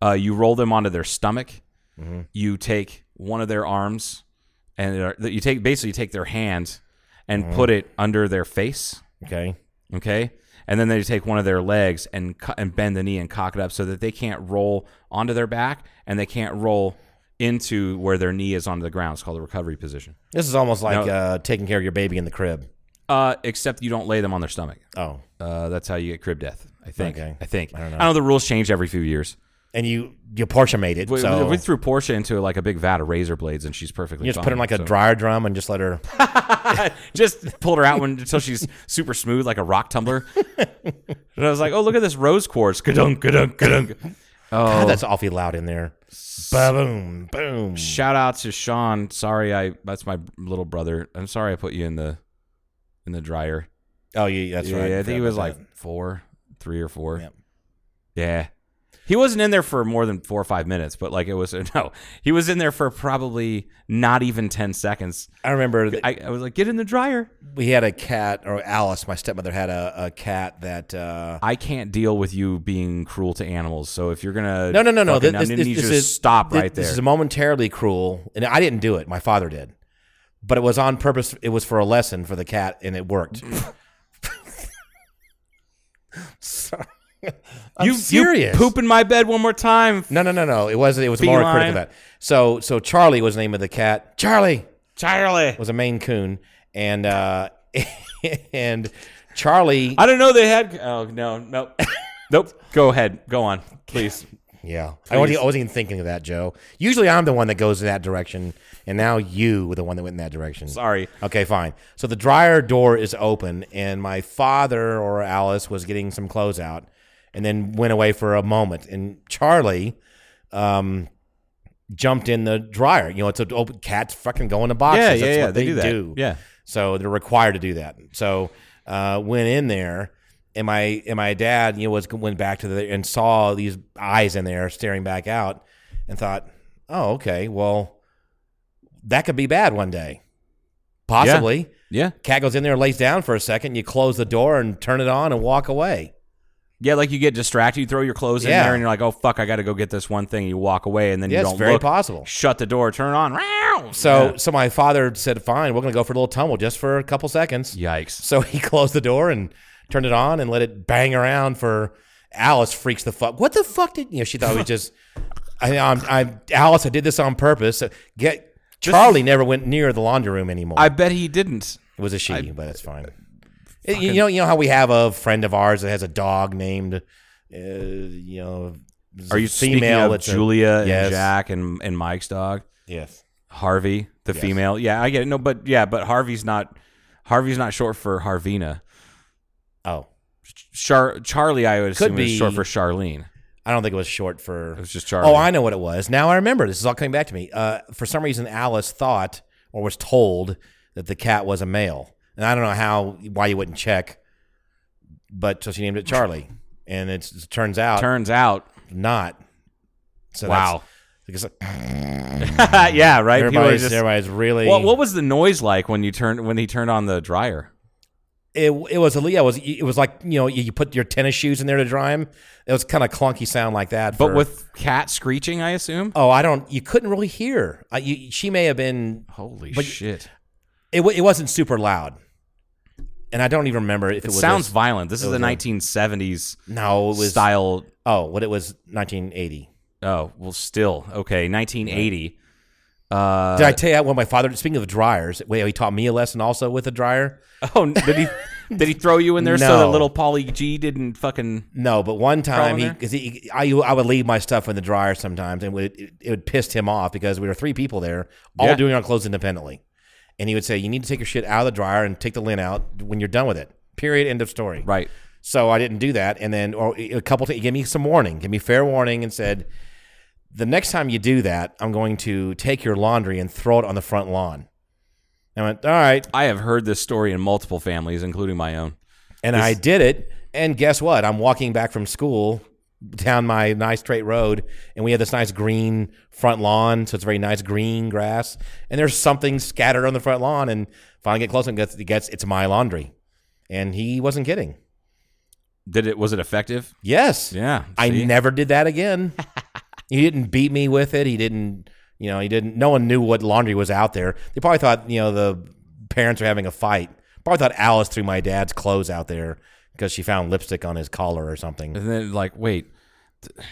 Speaker 5: Uh, you roll them onto their stomach.
Speaker 4: Mm-hmm.
Speaker 5: You take one of their arms, and they're- you take basically you take their hand and
Speaker 4: Mm.
Speaker 5: put it under their face.
Speaker 4: Okay.
Speaker 5: Okay. And then they take one of their legs and cu- and bend the knee and cock it up so that they can't roll onto their back and they can't roll into where their knee is onto the ground. It's called the recovery position.
Speaker 4: This is almost like
Speaker 5: No.
Speaker 4: uh, taking care of your baby in the crib.
Speaker 5: Uh, except you don't lay them on their stomach.
Speaker 4: Oh.
Speaker 5: Uh, that's how you get crib death. I think.
Speaker 4: Okay.
Speaker 5: I think. Um,
Speaker 4: I don't know.
Speaker 5: the rules change every few years.
Speaker 4: And you you portionate it.
Speaker 5: We,
Speaker 4: so
Speaker 5: we threw Portia into like a big vat of razor blades, and she's perfectly.
Speaker 4: you just
Speaker 5: fine,
Speaker 4: put her in like a
Speaker 5: so-
Speaker 4: dryer drum and just let her.
Speaker 5: just pulled her out when until she's super smooth like a rock tumbler. and I was like, oh look at this rose quartz. Kadunk, kadunk, kadunk. Oh.
Speaker 4: God, that's awfully loud in there. Boom, boom.
Speaker 5: Shout out to Sean. Sorry, I that's my little brother. I'm sorry I put you in the in the dryer.
Speaker 4: Oh, yeah, that's
Speaker 5: yeah,
Speaker 4: right.
Speaker 5: I think he
Speaker 4: Forgot
Speaker 5: was
Speaker 4: about
Speaker 5: like
Speaker 4: that.
Speaker 5: four, three or four.
Speaker 4: Yep.
Speaker 5: Yeah. He wasn't in there for more than four or five minutes, but like it was no. He was in there for probably not even ten seconds.
Speaker 4: I remember that
Speaker 5: I, I was like, get in the dryer.
Speaker 4: we had a cat, or Alice, my stepmother, had a, a cat that. Uh,
Speaker 5: I can't deal with you being cruel to animals. So if you're gonna
Speaker 4: No, no, no, no.
Speaker 5: fucking-
Speaker 4: This,
Speaker 5: I'm
Speaker 4: this,
Speaker 5: gonna need
Speaker 4: this
Speaker 5: you to
Speaker 4: is
Speaker 5: stop
Speaker 4: thi-
Speaker 5: right there.
Speaker 4: This is momentarily cruel, and I didn't do it. My father did, but it was on purpose. It was for a lesson for the cat, and it worked. Sorry. I'm
Speaker 5: you,
Speaker 4: serious?
Speaker 5: You poop in my bed one more time,
Speaker 4: No, no, no, no. It wasn't. It was more
Speaker 5: Feline.
Speaker 4: critical than that. So, so Charlie was the name of the cat. Charlie
Speaker 5: Charlie.
Speaker 4: was a Maine Coon, and uh, and Charlie.
Speaker 5: I don't know they had. Oh no, no, nope. Go ahead, go on, please.
Speaker 4: yeah, I wasn't, e, I wasn't even thinking of that, Joe. Usually, I'm the one that goes in that direction, and now you were the one that went in that direction.
Speaker 5: Sorry.
Speaker 4: Okay, fine. So the dryer door is open, and my father or Alice was getting some clothes out, and then went away for a moment. And Charlie, um, jumped in the dryer. You know, it's an open cat's fucking go in the boxes.
Speaker 5: Yeah, yeah,
Speaker 4: That's
Speaker 5: yeah,
Speaker 4: what
Speaker 5: they
Speaker 4: they,
Speaker 5: do that.
Speaker 4: do.
Speaker 5: Yeah.
Speaker 4: So they're required to do that. So uh, went in there, and my and my dad, you know, was went back to the and saw these eyes in there staring back out, and thought, oh, okay, well, that could be bad one day, possibly.
Speaker 5: Yeah.
Speaker 4: Cat goes in there and lays down for a second. You close the door and turn it on and walk away.
Speaker 5: Yeah, like you get distracted, you throw your clothes in
Speaker 4: Yeah.
Speaker 5: there, and you're like, "Oh fuck, I got to go get this one thing." You walk away, and then
Speaker 4: Yeah,
Speaker 5: you
Speaker 4: it's
Speaker 5: don't
Speaker 4: very
Speaker 5: look.
Speaker 4: possible.
Speaker 5: Shut the door, turn it on. Meow.
Speaker 4: So so my father said, "Fine, we're going to go for a little tumble just for a couple seconds."
Speaker 5: Yikes.
Speaker 4: So he closed the door and turned it on and let it bang around for Alice freaks the fuck. What the fuck did you know? She thought it was just I, I'm, I'm Alice. I did this on purpose. So get Charlie never went near the laundry room anymore.
Speaker 5: I Uh, bet he didn't.
Speaker 4: it was a she, but it's fine. It- you know, you know how we have a friend of ours that has a dog named, uh, you know,
Speaker 5: Are you speaking
Speaker 4: female?
Speaker 5: of
Speaker 4: that's a-
Speaker 5: Julia
Speaker 4: yes,
Speaker 5: and Jack and and Mike's dog
Speaker 4: Yes.
Speaker 5: Harvey, the female? Yeah, I get it. No, but yeah, but Harvey's not. Harvey's not short for Harvina.
Speaker 4: Oh,
Speaker 5: Char- Charlie, I would
Speaker 4: Could
Speaker 5: assume, is
Speaker 4: be-
Speaker 5: short for Charlene.
Speaker 4: I don't think it was short for.
Speaker 5: It was just Charlie.
Speaker 4: Oh, I know what it was. Now I remember. This is all coming back to me. Uh, for some reason, Alice thought or was told that the cat was a male, and I don't know how why you wouldn't check, but so she named it Charlie, and it's, it turns out
Speaker 5: Turns out,
Speaker 4: not. So
Speaker 5: wow.
Speaker 4: that's- because
Speaker 5: yeah, right. People are
Speaker 4: everybody's,
Speaker 5: just-
Speaker 4: everybody's really.
Speaker 5: What, what was the noise like when you turned when he turned on the dryer?
Speaker 4: it, it was yeah, it was it was like you know you, you put your tennis shoes in there to dry them. It was kind of clunky sound like that.
Speaker 5: But
Speaker 4: for-
Speaker 5: with cat screeching, I assume.
Speaker 4: oh, I don't. You couldn't really hear. I, you, she may have been
Speaker 5: Holy
Speaker 4: But-
Speaker 5: shit!
Speaker 4: it, w- it wasn't super loud, and I don't even remember if it,
Speaker 5: It,
Speaker 4: was
Speaker 5: sounds
Speaker 4: a-
Speaker 5: violent. This is
Speaker 4: was
Speaker 5: the
Speaker 4: a-
Speaker 5: 1970s
Speaker 4: no, it was
Speaker 5: style.
Speaker 4: oh, what it was 1980.
Speaker 5: Oh well, still okay. 1980. Uh,
Speaker 4: Did I tell you when my father? Speaking of dryers, wait, he taught me a lesson also with a dryer.
Speaker 5: oh, did he did he throw you in there so
Speaker 4: No.
Speaker 5: that little Polly G didn't fucking?
Speaker 4: No, but one time
Speaker 5: in
Speaker 4: he
Speaker 5: there?
Speaker 4: because he, I I would leave my stuff in the dryer sometimes, and would, it, it would piss him off because we were three people there, all
Speaker 5: Yeah.
Speaker 4: doing our clothes independently, and he would say, "You need to take your shit out of the dryer and take the lint out when you're done with it." Period. End of story.
Speaker 5: Right.
Speaker 4: So I didn't do that, and then or a couple t- he gave me some warning, gave me fair warning, and said, "The next time you do that, I'm going to take your laundry and throw it on the front lawn." I went, "All right,"
Speaker 5: I have heard this story in multiple families, including my own.
Speaker 4: And I did it. And guess what? I'm walking back from school down my nice straight road, and we had this nice green front lawn. So it's very nice green grass. And there's something scattered on the front lawn. And finally get close and gets, it gets it's my laundry. And he wasn't kidding.
Speaker 5: Did it? Was it effective?
Speaker 4: Yes.
Speaker 5: Yeah.
Speaker 4: I
Speaker 5: see?
Speaker 4: never did that again. he didn't beat me with it. He didn't, you know, he didn't. No one knew what laundry was out there. They probably thought, you know, the parents were having a fight. Probably thought Alice threw my dad's clothes out there because she found lipstick on his collar or something.
Speaker 5: And then like, wait. th-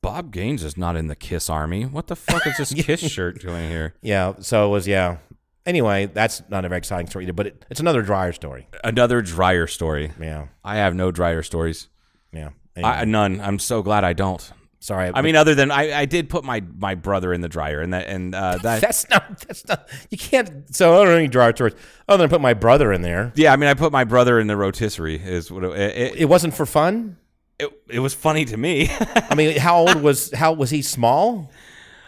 Speaker 5: Bob Gaines is not in the Kiss Army. What the fuck is this Kiss shirt doing here?
Speaker 4: Yeah. So it was, yeah. Anyway, that's not a very exciting story either, but it, it's another dryer story.
Speaker 5: Another dryer story.
Speaker 4: Yeah.
Speaker 5: I have no dryer stories.
Speaker 4: Yeah. Anyway,
Speaker 5: I, none. I'm so glad I don't.
Speaker 4: sorry.
Speaker 5: I mean, other than I, I did put my my brother in the dryer, and that and uh, that.
Speaker 4: that's not, that's not, you can't, so I don't know any dryer stories other than put my brother in there.
Speaker 5: Yeah, I mean, I put my brother in the rotisserie. Is what it it, it,
Speaker 4: It wasn't for fun.
Speaker 5: it, it was funny to me.
Speaker 4: I mean, how old was, how was he small?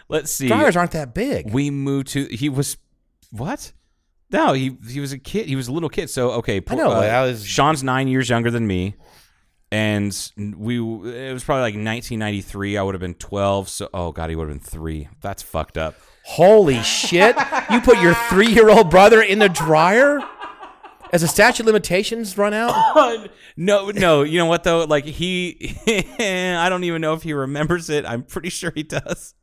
Speaker 5: Let's see.
Speaker 4: Dryers aren't that big.
Speaker 5: We moved to. He was what? No, he he was a kid. He was a little kid. So okay, uh,
Speaker 4: I know, like, I was-
Speaker 5: Sean's nine years younger than me, and we it was probably like 1993. I would have been 12. So oh god, he would have been three. That's fucked up.
Speaker 4: Holy shit! You put your three-year-old brother in the dryer as the statute of limitations run out.
Speaker 5: No, no. You know what though? Like he, I don't even know if he remembers it. I'm pretty sure he does.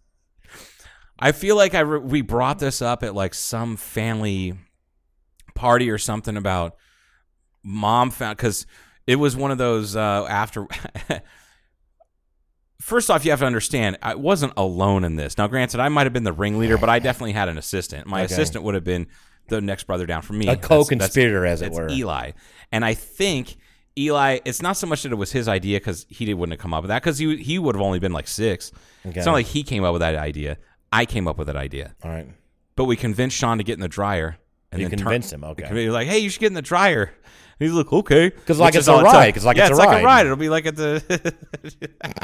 Speaker 5: I feel like I re- we brought this up at like some family party or something about mom found because it was one of those uh, after. First off, you have to understand I wasn't alone in this. Now, granted, I might have been the ringleader, but I definitely had an assistant. My assistant would have been the next brother down from me,
Speaker 4: A
Speaker 5: That's-
Speaker 4: co-conspirator,
Speaker 5: that's-
Speaker 4: as it
Speaker 5: that's
Speaker 4: were.
Speaker 5: Eli. And I think Eli, it's not so much that it was his idea because he didn't, wouldn't have come up with that because he, he would have only been like six. It's not like he came up with that idea. I came up with that idea.
Speaker 4: All right.
Speaker 5: But we convinced Sean to get in the dryer. And
Speaker 4: You
Speaker 5: then
Speaker 4: convinced
Speaker 5: turn,
Speaker 4: him,
Speaker 5: we
Speaker 4: okay.
Speaker 5: convinced- He was like, hey, you should get in the dryer. And he's like, okay.
Speaker 4: 'Cause like
Speaker 5: Which is
Speaker 4: it's a
Speaker 5: all it took.
Speaker 4: ride, 'cause like
Speaker 5: yeah,
Speaker 4: it's a
Speaker 5: it's like
Speaker 4: ride.
Speaker 5: a ride. It'll be like at the.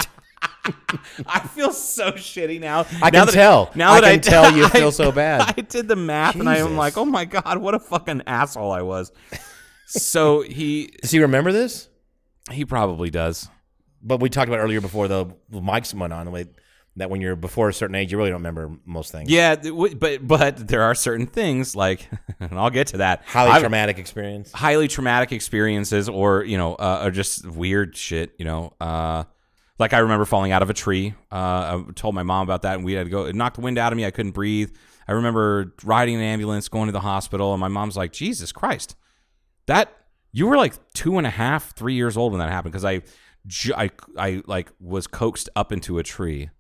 Speaker 5: I feel so shitty now.
Speaker 4: I
Speaker 5: now
Speaker 4: can
Speaker 5: that
Speaker 4: tell.
Speaker 5: Now
Speaker 4: I
Speaker 5: that I
Speaker 4: can tell you feel so bad.
Speaker 5: I did the math and I am
Speaker 4: Jesus.
Speaker 5: like, oh my god, what a fucking asshole I was. so he
Speaker 4: Does he remember this?
Speaker 5: he probably does.
Speaker 4: But we talked about earlier before the the mics went on. Wait, that when you're before a certain age, you really don't remember most things.
Speaker 5: Yeah, th- w- but but there are certain things like, and I'll get to that.
Speaker 4: Highly
Speaker 5: I've-
Speaker 4: traumatic experience.
Speaker 5: highly traumatic experiences, or you know, uh, or just weird shit. You know, uh, like I remember falling out of a tree. Uh, I told my mom about that, and we had to go. It knocked the wind out of me. I couldn't breathe. I remember riding an ambulance, going to the hospital, and my mom's like, "Jesus Christ, that you were like two and a half, three years old when that happened." Because I, ju- I, I like was coaxed up into a tree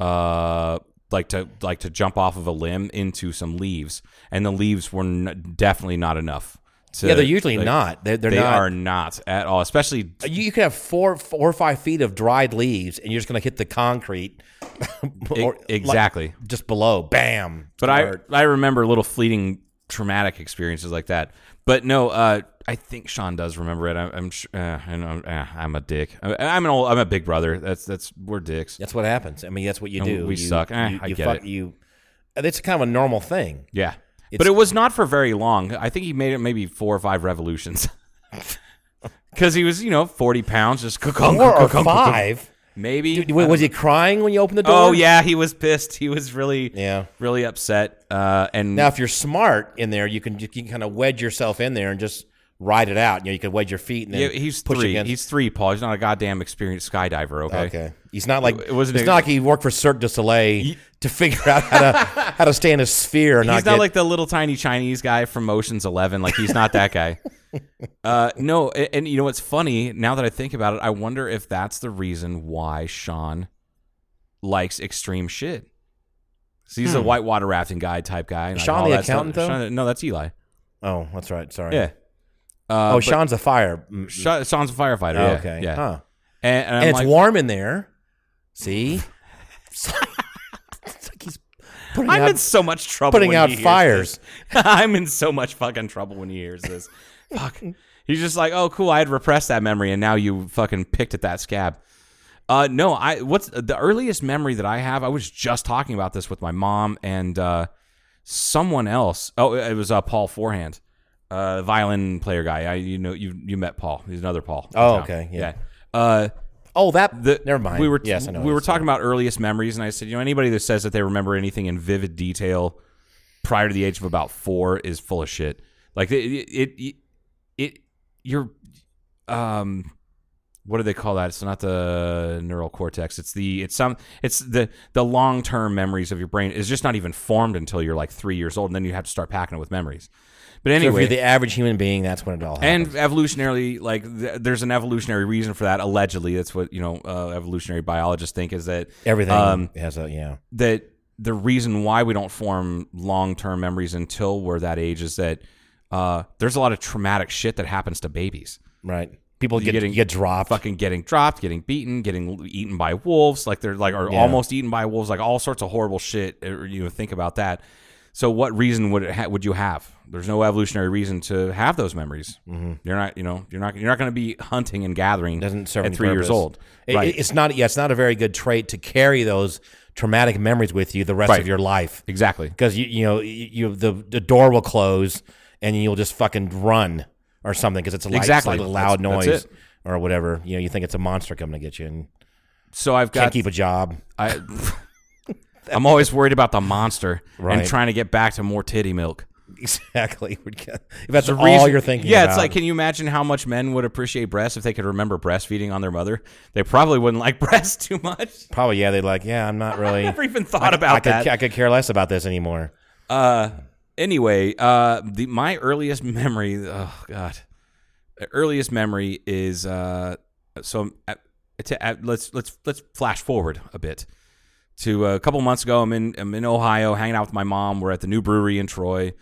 Speaker 5: uh like to like to jump off of a limb into some leaves and the leaves were n- definitely not enough to,
Speaker 4: yeah, they're usually
Speaker 5: like,
Speaker 4: not. They're, they're
Speaker 5: they
Speaker 4: not.
Speaker 5: are not at all especially
Speaker 4: you, you could have four, four or five feet of dried leaves, and you're just going to hit the concrete. or-
Speaker 5: e- exactly
Speaker 4: like, just below. Bam.
Speaker 5: but i i remember little fleeting traumatic experiences like that but no uh I think Sean does remember it. I, I'm, su- uh, and I'm, uh, I'm a dick. I, I'm an old. I'm a big brother. That's that's we're dicks.
Speaker 4: That's what happens. I mean, that's what you
Speaker 5: And
Speaker 4: do.
Speaker 5: we
Speaker 4: You-
Speaker 5: suck. Eh,
Speaker 4: you,
Speaker 5: I
Speaker 4: you
Speaker 5: get it.
Speaker 4: You. It's kind of a normal thing.
Speaker 5: Yeah,
Speaker 4: It's-
Speaker 5: but it was not for very long. I think he made it maybe four or five revolutions. Because he was, you know, forty pounds, just
Speaker 4: Four or five.
Speaker 5: maybe.
Speaker 4: Dude, wait, was he crying when you opened the door?
Speaker 5: oh yeah, he was pissed. He was really,
Speaker 4: Yeah.
Speaker 5: really upset. Uh, and
Speaker 4: Now, if you're smart in there, you can you can kind of wedge yourself in there and just ride it out. You know, you can wedge your feet and then
Speaker 5: yeah, he's
Speaker 4: push
Speaker 5: three.
Speaker 4: against.
Speaker 5: He's three, Paul. He's not a goddamn experienced skydiver. Okay.
Speaker 4: okay. He's not like
Speaker 5: It wasn't
Speaker 4: It's
Speaker 5: a-
Speaker 4: not like he worked for Cirque du Soleil to figure out how to how to stay in a sphere. And
Speaker 5: He's not
Speaker 4: get,
Speaker 5: like the little tiny Chinese guy from Ocean's Eleven. Like he's not that guy. Uh, no, and, and you know what's funny? Now that I think about it, I wonder if that's the reason why Sean likes extreme shit. 'Cause he's
Speaker 4: Hmm.
Speaker 5: a whitewater rafting guy type guy. and,
Speaker 4: Sean
Speaker 5: all
Speaker 4: the
Speaker 5: that stuff.
Speaker 4: accountant, though?
Speaker 5: Sean- no, that's Eli.
Speaker 4: Oh, that's right. Sorry.
Speaker 5: Yeah. Uh,
Speaker 4: oh,
Speaker 5: but
Speaker 4: Sean's a fire. Mm,
Speaker 5: Sha- Sean's a firefighter.
Speaker 4: oh,
Speaker 5: yeah,
Speaker 4: okay.
Speaker 5: Yeah.
Speaker 4: Huh.
Speaker 5: And, and I'm
Speaker 4: And it's
Speaker 5: like,
Speaker 4: warm in there. See. it's like he's putting
Speaker 5: I'm
Speaker 4: out,
Speaker 5: in so much trouble.
Speaker 4: putting
Speaker 5: when
Speaker 4: out
Speaker 5: he hears
Speaker 4: fires.
Speaker 5: this. I'm in so much fucking trouble when he hears this. Fuck. He's just like, oh, cool. I had repressed that memory, and now you fucking picked at that scab. Uh, no, I. What's the earliest memory that I have? I was just talking about this with my mom and uh, someone else. Oh, it was uh, Paul Forehand, uh, violin player guy. I, you know, you you met Paul. He's another Paul.
Speaker 4: Oh,
Speaker 5: Um,
Speaker 4: okay, yeah.
Speaker 5: yeah. Uh,
Speaker 4: Oh, that.
Speaker 5: the,
Speaker 4: never mind.
Speaker 5: We were
Speaker 4: yes, I know
Speaker 5: we were
Speaker 4: what you're
Speaker 5: talking about earliest memories, and I said, you know, anybody that says that they remember anything in vivid detail prior to the age of about four is full of shit. Like it, it, it, it you're, um, what do they call that? It's not the neural cortex. It's the it's some it's the the long term memories of your brain is just not even formed until you're like three years old, and then you have to start packing it with memories. But
Speaker 4: So
Speaker 5: anyway,
Speaker 4: if you're the average human being, that's when it all happens.
Speaker 5: and evolutionarily like th- there's an evolutionary reason for that allegedly that's what you know uh, evolutionary biologists think is that
Speaker 4: Everything
Speaker 5: um,
Speaker 4: has a yeah.
Speaker 5: that the reason why we don't form long-term memories until we're that age is that uh, there's a lot of traumatic shit that happens to babies
Speaker 4: Right. People
Speaker 5: You're
Speaker 4: get
Speaker 5: getting-
Speaker 4: get dropped.
Speaker 5: fucking getting dropped getting beaten getting eaten by wolves like they're like or
Speaker 4: Yeah.
Speaker 5: almost eaten by wolves like all sorts of horrible shit uh, you know think about that so what reason would it ha- would you have there's no evolutionary reason to have those memories mm-hmm. you're not you know you're not you're not going to be hunting and gathering
Speaker 4: doesn't serve
Speaker 5: at
Speaker 4: any
Speaker 5: 3 years
Speaker 4: purpose.
Speaker 5: old
Speaker 4: It-
Speaker 5: right
Speaker 4: It's not yeah, it's not a very good trait to carry those traumatic memories with you the rest
Speaker 5: Right.
Speaker 4: of your life.
Speaker 5: exactly
Speaker 4: Because you you know you, you the the door will close and you'll just fucking run or something because it's a light,
Speaker 5: Exactly.
Speaker 4: slightly loud
Speaker 5: That's-
Speaker 4: noise
Speaker 5: that's it.
Speaker 4: or whatever. You know you think it's a monster coming to get you and
Speaker 5: so i've
Speaker 4: can't
Speaker 5: got
Speaker 4: keep a job.
Speaker 5: I, I'm always worried about the monster
Speaker 4: Right.
Speaker 5: and trying to get back to more titty milk.
Speaker 4: Exactly. If that's all
Speaker 5: Reason-
Speaker 4: you're thinking.
Speaker 5: Yeah,
Speaker 4: about.
Speaker 5: it's like, can you imagine how much men would appreciate breasts if they could remember breastfeeding on their mother? They probably wouldn't like breasts too much.
Speaker 4: probably yeah. They're like yeah, I'm not really.
Speaker 5: Never even thought about
Speaker 4: I could
Speaker 5: that.
Speaker 4: I could care less about this anymore.
Speaker 5: Uh, anyway, uh, the my earliest memory, oh god, earliest memory is uh, so. uh, to, uh, let's let's let's flash forward a bit to a couple months ago. I'm in I'm in Ohio, hanging out with my mom. We're at the new brewery in Troy,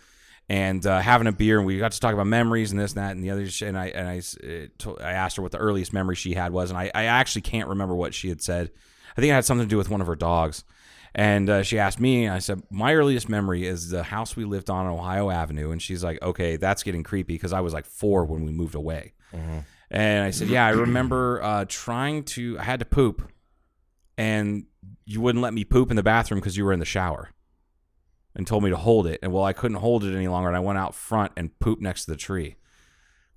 Speaker 5: and uh, having a beer, and we got to talk about memories and this, and that, and the other. Shit. And I and I s- uh, to- I asked her what the earliest memory she had was, and I I actually can't remember what she had said. I think it had something to do with one of her dogs. And uh, she asked me, and I said, My earliest memory is the house we lived on on Ohio Avenue. And she's like, Okay, that's getting creepy because I was like four when we moved away.
Speaker 4: Mm-hmm.
Speaker 5: And I said, Yeah, I remember uh, trying to, I had to poop, and you wouldn't let me poop in the bathroom because you were in the shower and told me to hold it. And well, I couldn't hold it any longer. And I went out front and pooped next to the tree.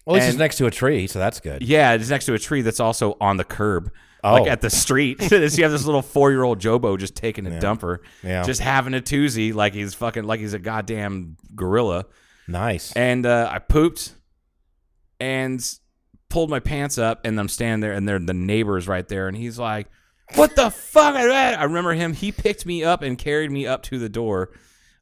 Speaker 4: Well, at least it's
Speaker 5: And-
Speaker 4: next to a tree, so that's good.
Speaker 5: Yeah, it's next to a tree that's also on the curb,
Speaker 4: Oh.
Speaker 5: like at the street. so you have this little four-year-old Jobo just taking a dumper,
Speaker 4: Yeah.
Speaker 5: just having a toozy, like he's fucking, like he's a goddamn gorilla.
Speaker 4: Nice.
Speaker 5: And uh, I pooped and pulled my pants up, and I'm standing there, and they're the neighbors right there, and he's like, "What the fuck?" is that?" I remember him. He picked me up and carried me up to the door,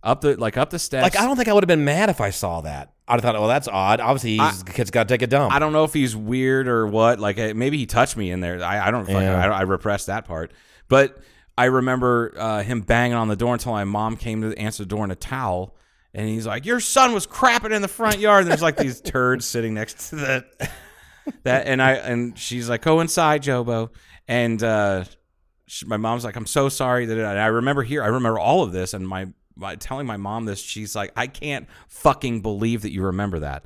Speaker 5: up the like up the steps.
Speaker 4: like I don't think I would have been mad if I saw that. I'd have thought, oh, that's odd. Obviously, he's, the kid's got to take a dump.
Speaker 5: I don't know if he's weird or what. Like eh, maybe he touched me in there. I, I don't. fucking
Speaker 4: Yeah.
Speaker 5: I, I repressed that part. But I remember uh, him banging on the door until my mom came to answer the door in a towel, and he's like, "Your son was crapping in the front yard." And there's like these turds sitting next to the that, and I and she's like, "Go inside, Jobo," and. uh she, my mom's like, I'm so sorry that I, I remember here. I remember all of this, and my, my telling my mom this. She's like, I can't fucking believe that you remember that.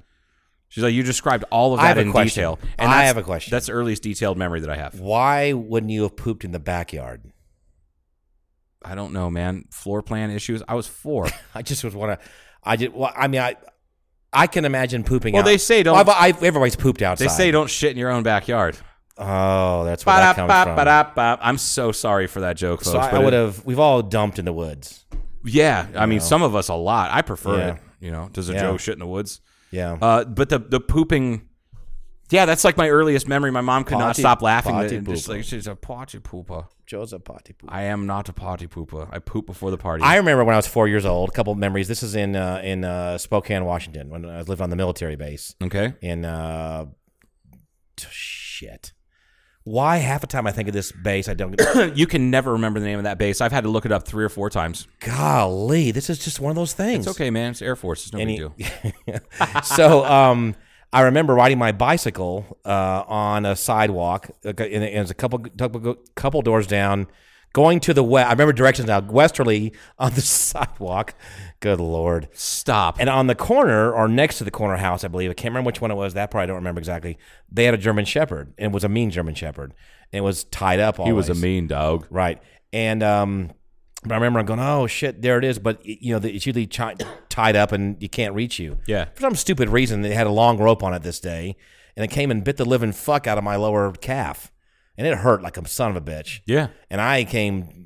Speaker 5: She's like, you described all of
Speaker 4: I
Speaker 5: that
Speaker 4: have a
Speaker 5: in
Speaker 4: question.
Speaker 5: detail.
Speaker 4: I
Speaker 5: that's-
Speaker 4: have a question.
Speaker 5: That's the earliest detailed memory that I have.
Speaker 4: Why wouldn't you have pooped in the backyard?
Speaker 5: I don't know, man. Floor plan issues. I was four.
Speaker 4: I just was want to. I did. Well, I mean, I I can imagine pooping.
Speaker 5: Well,
Speaker 4: out.
Speaker 5: they say don't-
Speaker 4: I've- I've- everybody's pooped outside.
Speaker 5: They say don't shit in your own backyard.
Speaker 4: Oh, that's where that comes from.
Speaker 5: Ba-da-ba-ba-da-ba. I'm so sorry for that joke, folks.
Speaker 4: So I,
Speaker 5: but it-
Speaker 4: would have. We've all dumped in the woods.
Speaker 5: Yeah, I mean, some of us a lot. I prefer
Speaker 4: Yeah.
Speaker 5: it. You know, does a
Speaker 4: Yeah.
Speaker 5: Joe shit in the woods?
Speaker 4: Yeah.
Speaker 5: Uh, but the the pooping, yeah, that's like my earliest memory. My mom could not
Speaker 4: Potty-
Speaker 5: stop laughing.
Speaker 4: potty
Speaker 5: and just
Speaker 4: pooper.
Speaker 5: like she's a potty pooper.
Speaker 4: Joe's a potty poop.
Speaker 5: I am not a potty pooper. I poop before the party.
Speaker 4: I remember when I was four years old. A couple of memories. This is in uh, in uh, Spokane, Washington, when I lived on the military base.
Speaker 5: okay.
Speaker 4: in uh t- shit. Why half the time I think of this base I don't
Speaker 5: You can never remember the name of that base. I've had to look it up three or four times.
Speaker 4: golly, this is just one of those things.
Speaker 5: It's okay, man. It's Air Force. It's no big deal.
Speaker 4: so um I remember riding my bicycle uh, on a sidewalk, like, and it was a couple couple couple doors down, going to the west. I remember directions now, westerly on the sidewalk. Good lord!
Speaker 5: Stop.
Speaker 4: And on the corner or next to the corner house, I believe, I can't remember which one it was. That probably I don't remember exactly. They had a German Shepherd, and it was a mean German Shepherd. And it was tied up. Always.
Speaker 5: he was a mean dog.
Speaker 4: right? And um, but I remember I'm going, oh shit, there it is. But y- you know, the- it's usually chi- tied up and you can't reach you.
Speaker 5: Yeah.
Speaker 4: For some stupid reason, they had a long rope on it this day, and it came and bit the living fuck out of my lower calf, and it hurt like a son of a bitch.
Speaker 5: Yeah.
Speaker 4: And I came,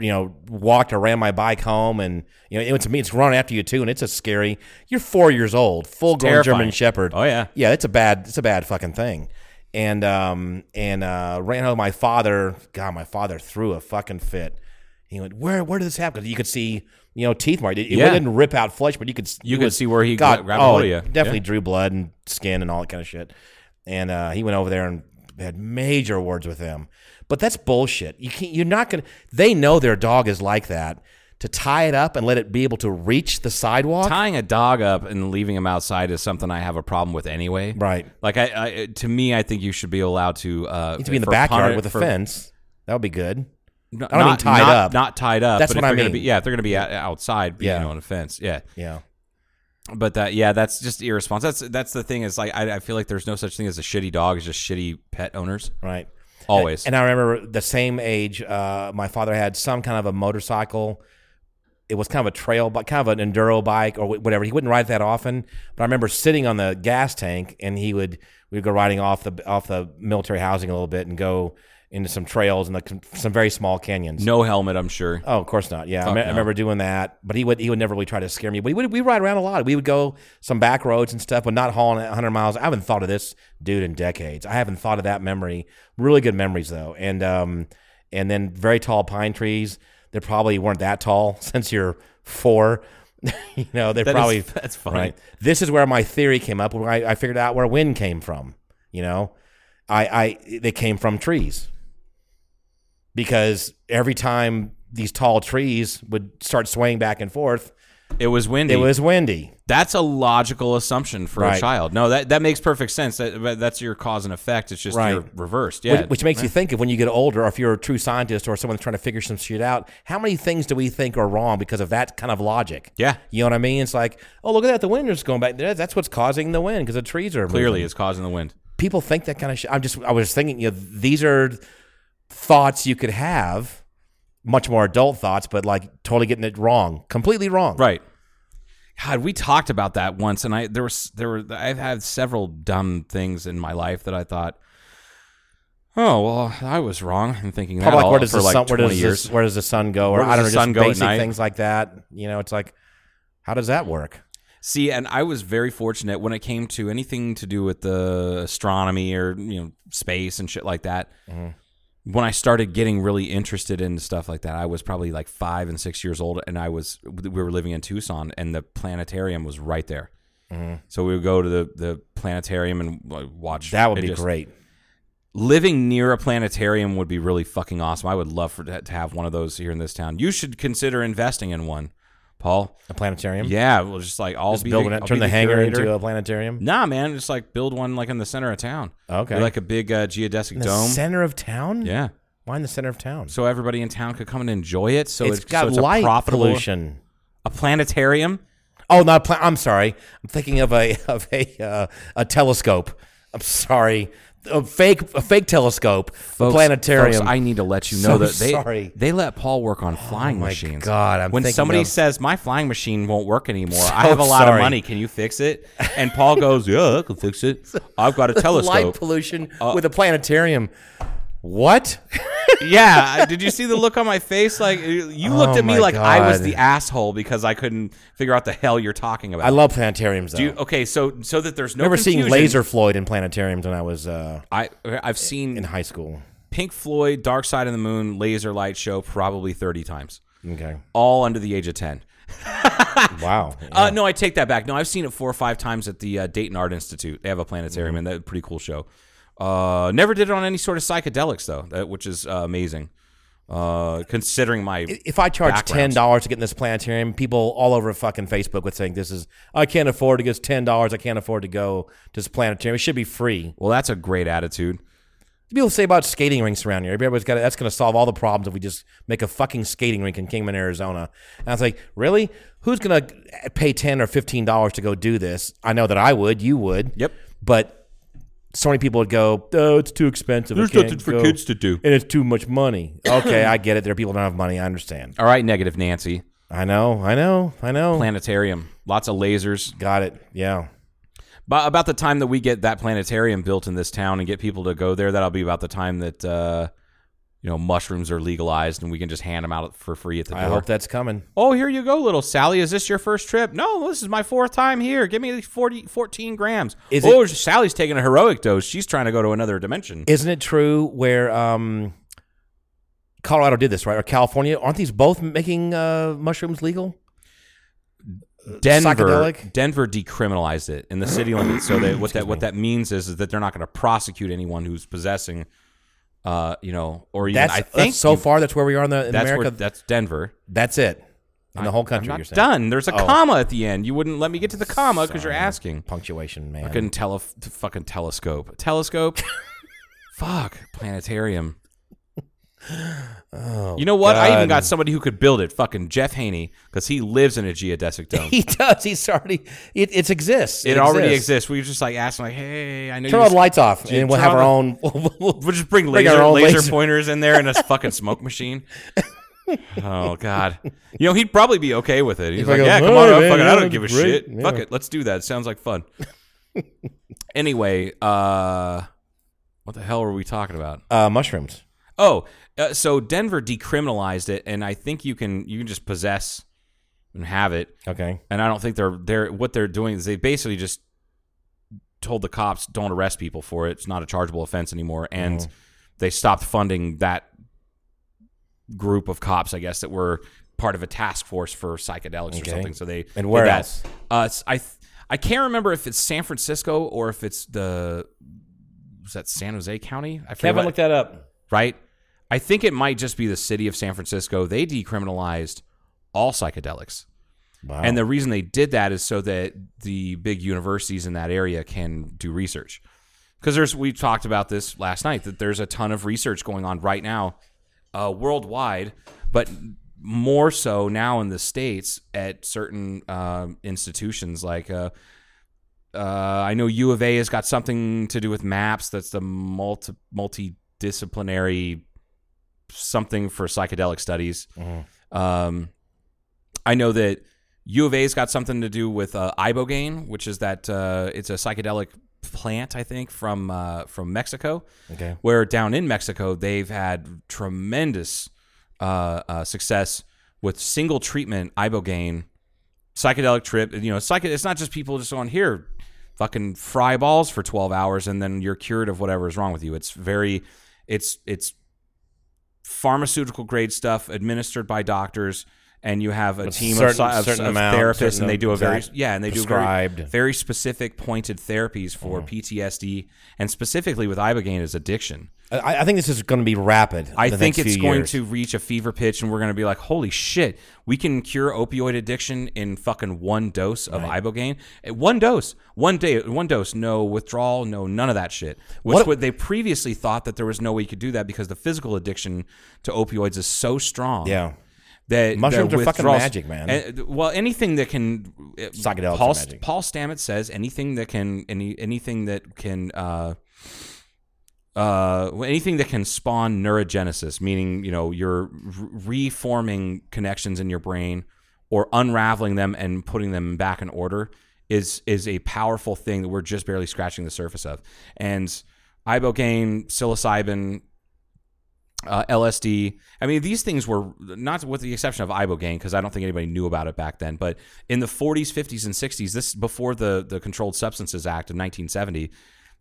Speaker 4: you know, walked or ran my bike home, and you know, it to me, it's run after you too, and it's a scary. You're four years old, full grown
Speaker 5: terrifying.
Speaker 4: German Shepherd.
Speaker 5: Oh, yeah.
Speaker 4: yeah. It's a bad, it's a bad fucking thing. And um and uh ran home. My father, God, my father threw a fucking fit. He went, where where did this happen? 'Cause you could see, you know, teeth mark. It, it
Speaker 5: Yeah.
Speaker 4: didn't rip out flesh, but you could s-
Speaker 5: You
Speaker 4: it
Speaker 5: could see where he gra- grabbed
Speaker 4: oh,
Speaker 5: hold of
Speaker 4: it
Speaker 5: you.
Speaker 4: Definitely drew blood and skin and all that kind of shit. And uh, he went over there and had major words with him. But that's bullshit. You can't. You're not gonna. They know their dog is like that. To tie it up and let it be able to reach the sidewalk.
Speaker 5: Tying a dog up and leaving him outside is something I have a problem with anyway.
Speaker 4: Right.
Speaker 5: Like I, I to me, I think you should be allowed to. Uh,
Speaker 4: You have to be in the
Speaker 5: for
Speaker 4: backyard
Speaker 5: pun-
Speaker 4: with a
Speaker 5: for-
Speaker 4: fence. That would be good.
Speaker 5: No,
Speaker 4: I don't mean tied
Speaker 5: not,
Speaker 4: up.
Speaker 5: Not tied up.
Speaker 4: That's
Speaker 5: but if
Speaker 4: what I
Speaker 5: they're gonna
Speaker 4: mean.
Speaker 5: Be, yeah, if they're going to be out- outside,
Speaker 4: Yeah.
Speaker 5: you know, on a fence. Yeah,
Speaker 4: Yeah.
Speaker 5: but that, yeah, that's just irresponsible. That's that's the thing. Is like I, I feel like there's no such thing as a shitty dog. It's just shitty pet owners.
Speaker 4: Right.
Speaker 5: Always.
Speaker 4: And I remember the same age, uh, my father had some kind of a motorcycle. It was kind of a trail, but kind of an enduro bike or wh- whatever. He wouldn't ride that often, but I remember sitting on the gas tank, and he would we would go riding off the off the military housing a little bit and go into some trails and like some- some very small canyons.
Speaker 5: no helmet. I'm sure.
Speaker 4: Oh, of course not. Yeah, I, me- I remember doing that, but he would he would never really try to scare me. But he would we ride around a lot. We would go some back roads and stuff, but not hauling at 100 miles. I haven't thought of this dude in decades. I haven't thought of that memory. Really good memories though, and um and then very tall pine trees. They probably weren't that tall since you're four. you know, they
Speaker 5: That is-
Speaker 4: probably
Speaker 5: that's funny.
Speaker 4: This is where my theory came up. Where I, I figured out where wind came from. You know, I I they came from trees because every time these tall trees would start swaying back and forth,
Speaker 5: It was windy.
Speaker 4: it was windy.
Speaker 5: That's a logical assumption for
Speaker 4: Right.
Speaker 5: a child. No, that that makes perfect sense. That but that's your cause and effect. It's just
Speaker 4: Right.
Speaker 5: you're reversed. Yeah.
Speaker 4: Which, which makes you think of when you get older, or if you're a true scientist or someone trying to figure some shit out, how many things do we think are wrong because of that kind of logic?
Speaker 5: Yeah.
Speaker 4: You know what I mean? It's like, oh, look at that. The wind is going back. there. That's what's causing the wind because the trees are
Speaker 5: clearly
Speaker 4: moving.
Speaker 5: is causing the wind.
Speaker 4: People think that kind of shit. I'm just, I was thinking, you know, these are thoughts you could have, much more adult thoughts, but like totally getting it wrong, completely wrong.
Speaker 5: Right. God, we talked about that once, and I there was there were I've had several dumb things in my life that I thought, oh well, I was wrong in thinking that
Speaker 4: Probably like
Speaker 5: all
Speaker 4: where does
Speaker 5: for
Speaker 4: the
Speaker 5: like
Speaker 4: sun, where
Speaker 5: twenty
Speaker 4: does
Speaker 5: years.
Speaker 4: this, where does the sun go, or
Speaker 5: Where
Speaker 4: I
Speaker 5: does
Speaker 4: don't know, just
Speaker 5: the sun go at
Speaker 4: basic
Speaker 5: night?
Speaker 4: things like that. You know, it's like, how does that work?
Speaker 5: See, and I was very fortunate when it came to anything to do with the astronomy or you know space and shit like that.
Speaker 4: Mm-hmm.
Speaker 5: When I started getting really interested in stuff like that, I was probably like five and six years old, and I was we were living in Tucson, and the planetarium was right there.
Speaker 4: Mm-hmm.
Speaker 5: So we would go to the the planetarium and like, watch.
Speaker 4: That would
Speaker 5: it
Speaker 4: be
Speaker 5: just-
Speaker 4: great.
Speaker 5: Living near a planetarium would be really fucking awesome. I would love for to to have one of those here in this town. You should consider investing in one, Paul.
Speaker 4: A planetarium.
Speaker 5: Yeah, well, just like I'll
Speaker 4: Just
Speaker 5: be
Speaker 4: building
Speaker 5: the,
Speaker 4: it,
Speaker 5: I'll
Speaker 4: turn
Speaker 5: be
Speaker 4: the, hangar
Speaker 5: curator.
Speaker 4: into a planetarium.
Speaker 5: Nah, man, just like build one like in the center of town.
Speaker 4: Okay.
Speaker 5: With, like a big uh, geodesic
Speaker 4: In the
Speaker 5: dome.
Speaker 4: center of town.
Speaker 5: yeah,
Speaker 4: Why in the center of town?
Speaker 5: so everybody in town could come and enjoy it. So it's,
Speaker 4: it's got
Speaker 5: so it's
Speaker 4: light
Speaker 5: a profitable,
Speaker 4: pollution.
Speaker 5: a planetarium.
Speaker 4: Oh, not pla- I'm sorry. I'm thinking of a of a uh, a telescope. I'm sorry. A fake a fake telescope. a
Speaker 5: Folks-
Speaker 4: planetarium.
Speaker 5: folks, I need to let you know
Speaker 4: So
Speaker 5: that they
Speaker 4: sorry. Oh
Speaker 5: they let Paul work on flying
Speaker 4: my
Speaker 5: machines.
Speaker 4: God, I'm
Speaker 5: when
Speaker 4: thinking
Speaker 5: somebody
Speaker 4: of-
Speaker 5: says my flying machine won't work anymore,
Speaker 4: So
Speaker 5: I have a lot
Speaker 4: sorry.
Speaker 5: of money. Can you fix it? And Paul goes, Yeah, I can fix it. I've got a
Speaker 4: light
Speaker 5: telescope. Uh,
Speaker 4: pollution with a planetarium. What?
Speaker 5: yeah, I- did you see the look on my face? Like you looked
Speaker 4: Oh
Speaker 5: at me
Speaker 4: my
Speaker 5: like I was
Speaker 4: God.
Speaker 5: the asshole because I couldn't figure out the hell you're talking about.
Speaker 4: I love planetariums though.
Speaker 5: Do you, okay, so so that there's
Speaker 4: I
Speaker 5: no
Speaker 4: remember seeing
Speaker 5: confusion,
Speaker 4: Laser Floyd in planetariums when I was uh,
Speaker 5: I I've seen
Speaker 4: in high school.
Speaker 5: Pink Floyd, Dark Side of the Moon, Laser Light Show probably 30 times,
Speaker 4: Okay.
Speaker 5: all under the age of 10.
Speaker 4: Wow.
Speaker 5: Uh, no, I take that back. No, I've seen it four or five times at the uh, Dayton Art Institute. They have a planetarium,
Speaker 4: Mm-hmm.
Speaker 5: and that's a pretty cool show. Uh, never did it on any sort of psychedelics though, that, which is uh, amazing. Uh, considering my
Speaker 4: if I charge ten
Speaker 5: backgrounds.
Speaker 4: dollars to get in this planetarium, people all over fucking Facebook would think this is I can't afford to get ten dollars. I can't afford to go to this planetarium. It should be free.
Speaker 5: well, that's a great attitude.
Speaker 4: People say about skating rinks around here. Everybody's got that's going to solve all the problems if we just make a fucking skating rink in Kingman, Arizona. And I was like, really? Who's going to pay ten or fifteen dollars to go do this? I know that I would. You would.
Speaker 5: Yep.
Speaker 4: But so many people would go, oh, it's too expensive. I
Speaker 5: There's
Speaker 4: can't
Speaker 5: nothing for
Speaker 4: go.
Speaker 5: kids to do.
Speaker 4: and it's too much money. Okay, I get it. There are people who don't have money. I understand.
Speaker 5: All right, negative Nancy.
Speaker 4: I know. I know. I know.
Speaker 5: Planetarium, lots of lasers.
Speaker 4: Got it. Yeah.
Speaker 5: But about the time that we get that planetarium built in this town and get people to go there, that'll be about the time that uh, you know mushrooms are legalized and we can just hand them out for free at the door.
Speaker 4: I hope that's coming.
Speaker 5: oh, here you go, little Sally. Is this your first trip? No, this is my fourth time here. Give me these 40, 14 grams.
Speaker 4: Is
Speaker 5: oh, Sally's taking a heroic dose. She's trying to go to another dimension.
Speaker 4: Isn't it true where um, Colorado did this, right? Or California? Aren't these both making uh, mushrooms legal?
Speaker 5: Denver,
Speaker 4: psychedelic?
Speaker 5: Denver decriminalized it in the city limits. So that what that what that means is, is that they're not going to prosecute anyone who's possessing, uh, you know, or even
Speaker 4: That's,
Speaker 5: I think
Speaker 4: that's so
Speaker 5: you-
Speaker 4: far. That's where we are in, the, in
Speaker 5: that's
Speaker 4: America.
Speaker 5: where, that's Denver.
Speaker 4: that's it. In the whole country, you're
Speaker 5: I'm not
Speaker 4: saying. Oh.
Speaker 5: done. There's a comma at the end. You wouldn't let me get to the comma because you're asking.
Speaker 4: Punctuation, man.
Speaker 5: Fucking tele, t- fucking telescope, telescope. Fuck, planetarium. you know what? I even
Speaker 4: Oh, God.
Speaker 5: got somebody who could build it. Fucking Jeff Haney, because he lives in a geodesic dome.
Speaker 4: He does. He's already. It, it exists.
Speaker 5: it already exists. We just like asked him, like, hey, I know.
Speaker 4: Turn
Speaker 5: you
Speaker 4: all
Speaker 5: just-
Speaker 4: the lights off, and we'll
Speaker 5: turn
Speaker 4: have
Speaker 5: on
Speaker 4: our
Speaker 5: the-
Speaker 4: own. we'll- we'll-
Speaker 5: We'll just bring
Speaker 4: Bring our
Speaker 5: laser,
Speaker 4: own
Speaker 5: laser,
Speaker 4: laser.
Speaker 5: pointers in there and a fucking smoke machine. Oh God! You know he'd probably be okay with it. He's,
Speaker 4: like,
Speaker 5: like, "Yeah,
Speaker 4: "Oh,
Speaker 5: come on,
Speaker 4: man,
Speaker 5: up, fucking,
Speaker 4: that
Speaker 5: I don't
Speaker 4: would
Speaker 5: give a
Speaker 4: be great."
Speaker 5: shit. Fuck it, let's do that. Sounds like fun." anyway, uh, what the hell were we talking about?
Speaker 4: uh, mushrooms.
Speaker 5: Oh, uh, so Denver decriminalized it, and I think you can you can just possess and have it.
Speaker 4: Okay.
Speaker 5: And I don't think they're they're what they're doing is they basically just told the cops don't arrest people for it. It's not a chargeable offense anymore, and
Speaker 4: Mm-hmm.
Speaker 5: they stopped funding that group of cops, I guess, that were part of a task force for psychedelics
Speaker 4: Okay.
Speaker 5: or something. So they
Speaker 4: And
Speaker 5: did
Speaker 4: where
Speaker 5: that.
Speaker 4: else?
Speaker 5: Uh, it's- I th- I can't remember if it's San Francisco or if it's the was that San Jose County. I forget
Speaker 4: Kevin,
Speaker 5: what-
Speaker 4: look that up.
Speaker 5: right? I think it might just be the city of San Francisco. They decriminalized all psychedelics.
Speaker 4: Wow.
Speaker 5: And the reason they did that is so that the big universities in that area can do research. Because there's, we talked about this last night, that there's a ton of research going on right now uh, worldwide, but more so now in the States at certain um institutions like uh, uh, I know U of A has got something to do with maps. That's the multi multidisciplinary something for psychedelic studies. Um, I know that U of A's got something to do with uh, ibogaine, which is that uh, it's a psychedelic plant, I think, from uh, from Mexico.
Speaker 4: Okay.
Speaker 5: Where down in Mexico, they've had tremendous uh, uh, success with single treatment ibogaine, psychedelic trip. You know, psych- It's not just people just on here, fucking fry balls for twelve hours, and then you're cured of whatever is wrong with you. It's very, it's it's pharmaceutical grade stuff administered by doctors and you have a team of,
Speaker 4: certain-
Speaker 5: si- of,
Speaker 4: certain
Speaker 5: of
Speaker 4: amount,
Speaker 5: therapists
Speaker 4: certain
Speaker 5: and they do a very
Speaker 4: exact
Speaker 5: yeah and they do very,
Speaker 4: prescribed. Mm-hmm.
Speaker 5: very specific pointed therapies for PTSD and specifically with ibogaine is addiction
Speaker 4: I, I think this is going to be rapid.
Speaker 5: I
Speaker 4: the
Speaker 5: think
Speaker 4: next
Speaker 5: it's
Speaker 4: few
Speaker 5: going
Speaker 4: years.
Speaker 5: to reach a fever pitch and we're going to be like holy shit we can cure opioid addiction in fucking one dose of ibogaine Eh, one dose one day one dose no withdrawal no none of that shit which
Speaker 4: What-
Speaker 5: would- they previously thought that there was no way you could do that because the physical addiction to opioids is so strong
Speaker 4: Yeah.
Speaker 5: that
Speaker 4: Mushrooms
Speaker 5: that
Speaker 4: are fucking
Speaker 5: withdrawals-
Speaker 4: magic, man.
Speaker 5: And, well, anything that can it-
Speaker 4: Psychedelics
Speaker 5: Paul,
Speaker 4: are magic.
Speaker 5: Paul Stamets says anything that can any anything that can uh, uh, anything that can spawn neurogenesis, meaning you know you're re- reforming connections in your brain or unraveling them and putting them back in order is is a powerful thing that we're just barely scratching the surface of. And ibogaine, psilocybin, uh, LSD. I mean, these things were not with the exception of ibogaine because I don't think anybody knew about it back then. But in the 40s, 50s, and 60s, this before the the Controlled Substances Act of 1970,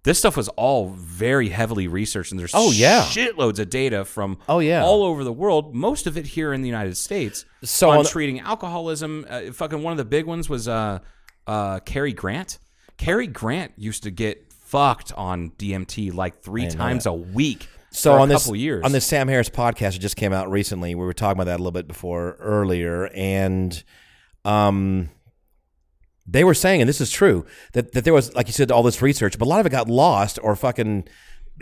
Speaker 5: this stuff was all very heavily researched, and there's
Speaker 4: Oh, yeah.
Speaker 5: shitloads of data from
Speaker 4: Oh, yeah.
Speaker 5: all over the world. Most of it here in the United States.
Speaker 4: So
Speaker 5: on
Speaker 4: on-
Speaker 5: treating alcoholism, uh, fucking one of the big ones was uh uh Cary Grant. Cary Grant used to get fucked on DMT like three times a week.
Speaker 4: So
Speaker 5: for
Speaker 4: on
Speaker 5: a
Speaker 4: this
Speaker 5: couple years
Speaker 4: on this Sam Harris podcast that just came out recently, we were talking about that a little bit before earlier, and um, they were saying, and this is true, that that there was like you said all this research, but a lot of it got lost or fucking.